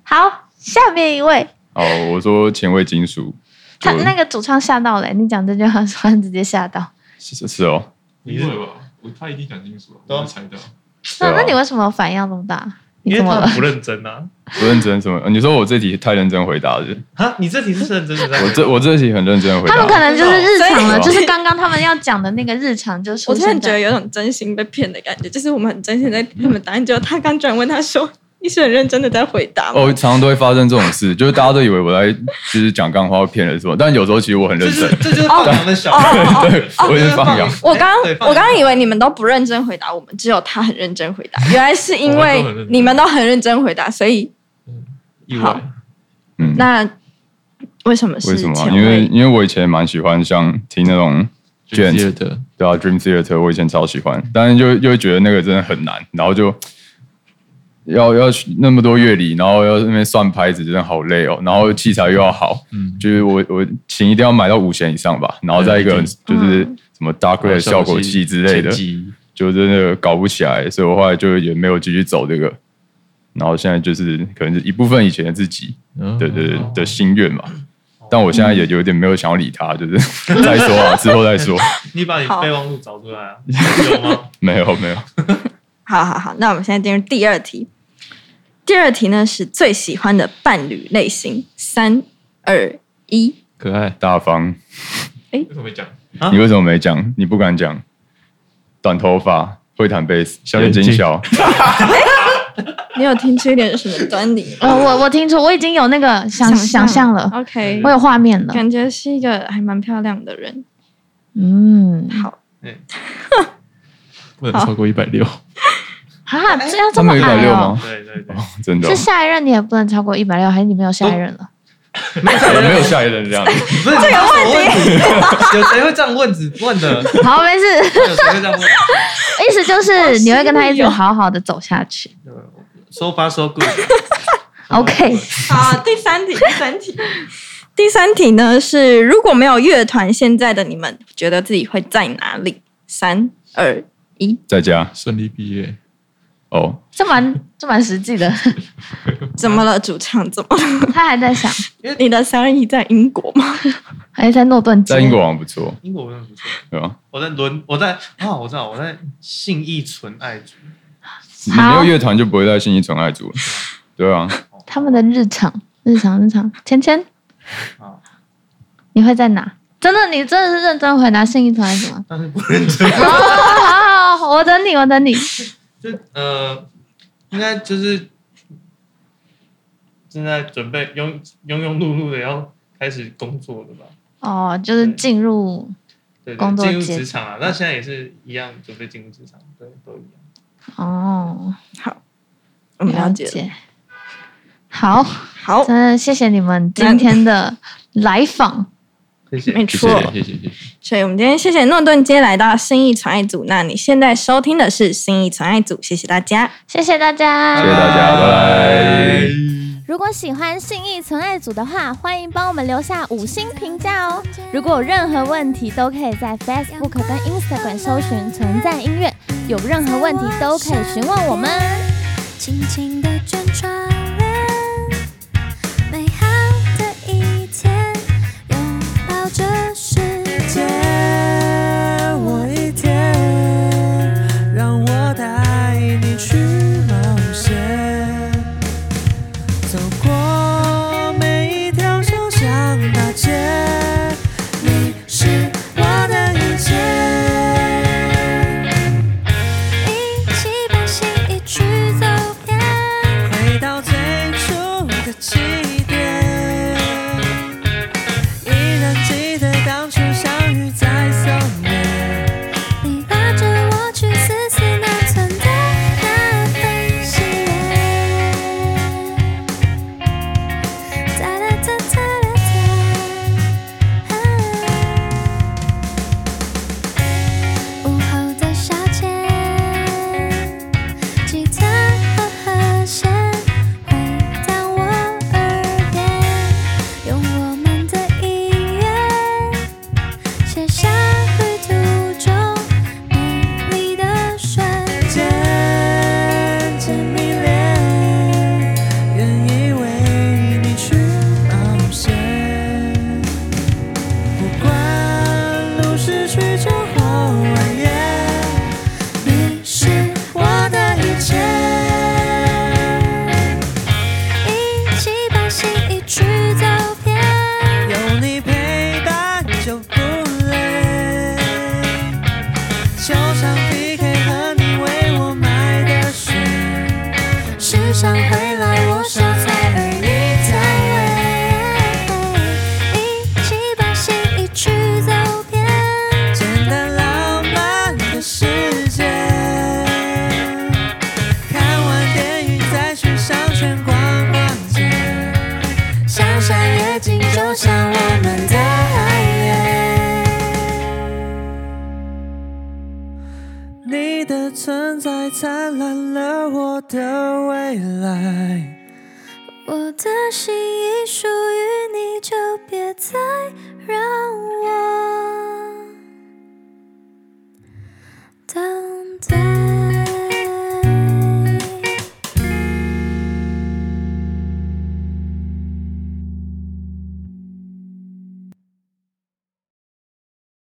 Speaker 2: 好，下面一位，
Speaker 5: 哦，我说前卫金属，
Speaker 2: 他
Speaker 5: 就
Speaker 2: 那个主唱吓到了、你讲这句话，他直接吓到。
Speaker 5: 是是是哦，
Speaker 6: 你会吧？我他一定讲清楚，
Speaker 4: 我
Speaker 6: 我
Speaker 4: 会
Speaker 6: 猜到。
Speaker 2: 那、
Speaker 5: 对啊
Speaker 2: 那你为什么反应要这么大？你
Speaker 4: 因为
Speaker 2: 怎么
Speaker 4: 他
Speaker 2: 了
Speaker 4: 们？不认真啊。
Speaker 5: 不认真什么？呃你说我这题太认真回答了，
Speaker 4: 哈，你这题是认真的在回答？
Speaker 5: [laughs] 我这我这题很认真地回答。
Speaker 2: 他们可能就是日常了，
Speaker 5: 所
Speaker 2: 就
Speaker 5: 以
Speaker 2: 是刚刚他们要讲的那个日常，就是出
Speaker 3: [laughs] 我真
Speaker 2: 现
Speaker 3: 的觉得
Speaker 2: 在
Speaker 3: 有种真心被骗的感觉，就是我们很真心在他们答案，结果他刚居然问他说：“你是很认真的在回答吗
Speaker 5: 哦，常常都会发生这种事，就是大家都以为我在就是讲干话或骗人什么，但有时候其实我很
Speaker 4: 这
Speaker 5: 认
Speaker 4: 是哦
Speaker 5: 真。
Speaker 4: 这就是
Speaker 2: 哦
Speaker 4: 放羊的小孩，
Speaker 5: 对， [laughs] 我也是放羊。
Speaker 3: 我刚
Speaker 4: 对
Speaker 3: 我刚刚以
Speaker 4: 为
Speaker 3: 为你们都不认真回答，我们只有他很认真回答，原来是因
Speaker 6: 我们都
Speaker 3: 为
Speaker 6: 很认真
Speaker 3: 你们都很认真回答，所以
Speaker 6: 意
Speaker 3: 好
Speaker 6: 外。
Speaker 5: 嗯，
Speaker 3: 那为什哦么是
Speaker 5: 为什么啊？
Speaker 3: 前
Speaker 5: 因为
Speaker 3: 卫？
Speaker 5: 因为我以前蛮喜欢像听那种
Speaker 6: 卷
Speaker 5: Gent
Speaker 6: 的，
Speaker 5: 对啊，Dream Theater 我以前超喜欢，但是就就会觉得那个真的很难，然后就要要去那么多乐理，然后要那边算拍子，真的好累哦。然后器材又要好，
Speaker 6: 嗯，
Speaker 5: 就是我我琴一定要买到五弦以上吧，然后再一个
Speaker 6: 嗯
Speaker 5: 就是什么 Dark
Speaker 6: 啊
Speaker 5: Red 效果器之类
Speaker 6: 剪
Speaker 5: 的，
Speaker 6: 辑
Speaker 5: 就真的搞不起来，所以我后来就也没有继续走这个。然后现在就是可能是一部分以前的自己
Speaker 6: 嗯
Speaker 5: 的的的心愿嘛，但我现在也有点没有想要理他，就是 [laughs] 再说啊，之后再说，
Speaker 4: 你把你
Speaker 3: 好
Speaker 4: 备忘录找出来
Speaker 5: [laughs]
Speaker 4: 啊，有吗？
Speaker 5: 没有没有。
Speaker 3: 好好好，那我们现在进入第二题。第二题呢是最喜欢的伴侣类型，三二一，
Speaker 6: 可爱，
Speaker 5: 大方，
Speaker 6: 为什么没讲？
Speaker 4: 啊
Speaker 5: 你为什么没讲？你不敢讲。短头发，会弹贝斯，小眼睛小，
Speaker 3: [laughs] 你有听出一点什么端倪吗？
Speaker 2: 呃，我我听出我已经有那个想想象了，
Speaker 3: ，OK，
Speaker 2: 我有画面了。
Speaker 3: 感觉是一个还蛮漂亮的人。
Speaker 2: 嗯，
Speaker 3: 好，
Speaker 6: 不能超过一百六，
Speaker 2: 哈，这要这
Speaker 5: 他
Speaker 2: 么
Speaker 5: 们有一百
Speaker 2: 矮
Speaker 5: 六
Speaker 2: 哦？
Speaker 5: 吗？
Speaker 4: 对对对，
Speaker 5: 真的哦
Speaker 2: 是，下一任你也不能超过一百六，还是你没有下一任了？
Speaker 5: [laughs] 没有下一任这样。
Speaker 4: 不是这个问题，有谁会这样问子问的？
Speaker 2: 好，没
Speaker 5: [laughs]
Speaker 2: 事，
Speaker 4: 有谁会这样问？
Speaker 2: 意思就是你会跟他一直
Speaker 3: 哦
Speaker 2: 好好的走下去。。
Speaker 4: So far so [laughs] good
Speaker 2: OK
Speaker 3: 好，第三题，第三题， [laughs] 第三题呢是如果没有乐团，现在的你们觉得自己会在哪里？三二一，
Speaker 5: 在家
Speaker 6: 顺利毕业，
Speaker 5: 哦，
Speaker 2: 这蛮这蛮实际的，
Speaker 3: 怎么了？主唱怎么了？
Speaker 2: 他还在想，
Speaker 3: 你的三二一在英国吗？ [laughs]
Speaker 2: 还在诺顿街
Speaker 5: 在英国好像不错，
Speaker 4: 英国真的不错。
Speaker 5: 对吧？
Speaker 4: 我在伦，我在啊，我知道我在信义纯爱组，
Speaker 5: 你没有乐团就不会在信义纯爱组了，对啊。
Speaker 2: 他们的日常，日常，日常。芊芊
Speaker 4: 好，？
Speaker 2: 你会在哪？真的，你真的是认真回答信义团还是什么
Speaker 4: [laughs] 但是不认真。
Speaker 2: 哦，好好，好我等你，我等你。
Speaker 4: 就呃，应该就是正在准备庸庸庸碌碌的要开始工作了吧？
Speaker 2: 哦，就是进入
Speaker 4: 对对，
Speaker 2: 工作
Speaker 4: 进入
Speaker 2: 阶
Speaker 4: 职场啊，那现在也是一样，准备进入职场，对，都一样。
Speaker 2: 哦，
Speaker 3: 好，我们了解哦了。
Speaker 2: 好，
Speaker 3: 好，
Speaker 2: 真的谢谢你们今天的来访。
Speaker 4: 谢谢。
Speaker 3: 没
Speaker 6: 谢
Speaker 3: 错。
Speaker 6: 谢谢谢谢谢，
Speaker 3: 所以我们今天谢谢诺顿街来到新义传爱组。那你现在收听的是新义传爱组，谢谢大家。
Speaker 2: 谢谢大家，
Speaker 5: 谢谢大家拜拜
Speaker 1: 如果喜欢信义存爱组的话，欢迎帮我们留下五星评价哦。如果有任何问题，都可以在 Facebook 跟 Instagram 搜寻“存在音乐”，有任何问题都可以询问我们。
Speaker 7: 轻轻地卷窗帘，美好的一天，拥抱这世界。
Speaker 8: 我一天，让我带你去冒险，走过每一条小巷大街，你是我的一切。
Speaker 7: 一起把心意去走遍，上回来，我说彩儿你在位，一起把心意去走遍。
Speaker 8: 简单浪漫的世界。看完电影再去商圈逛逛街，
Speaker 7: 想山越境，就像我们的爱恋。
Speaker 8: 你的存在灿烂了我的未来。
Speaker 7: 我的心已属于你，就别再让我等待。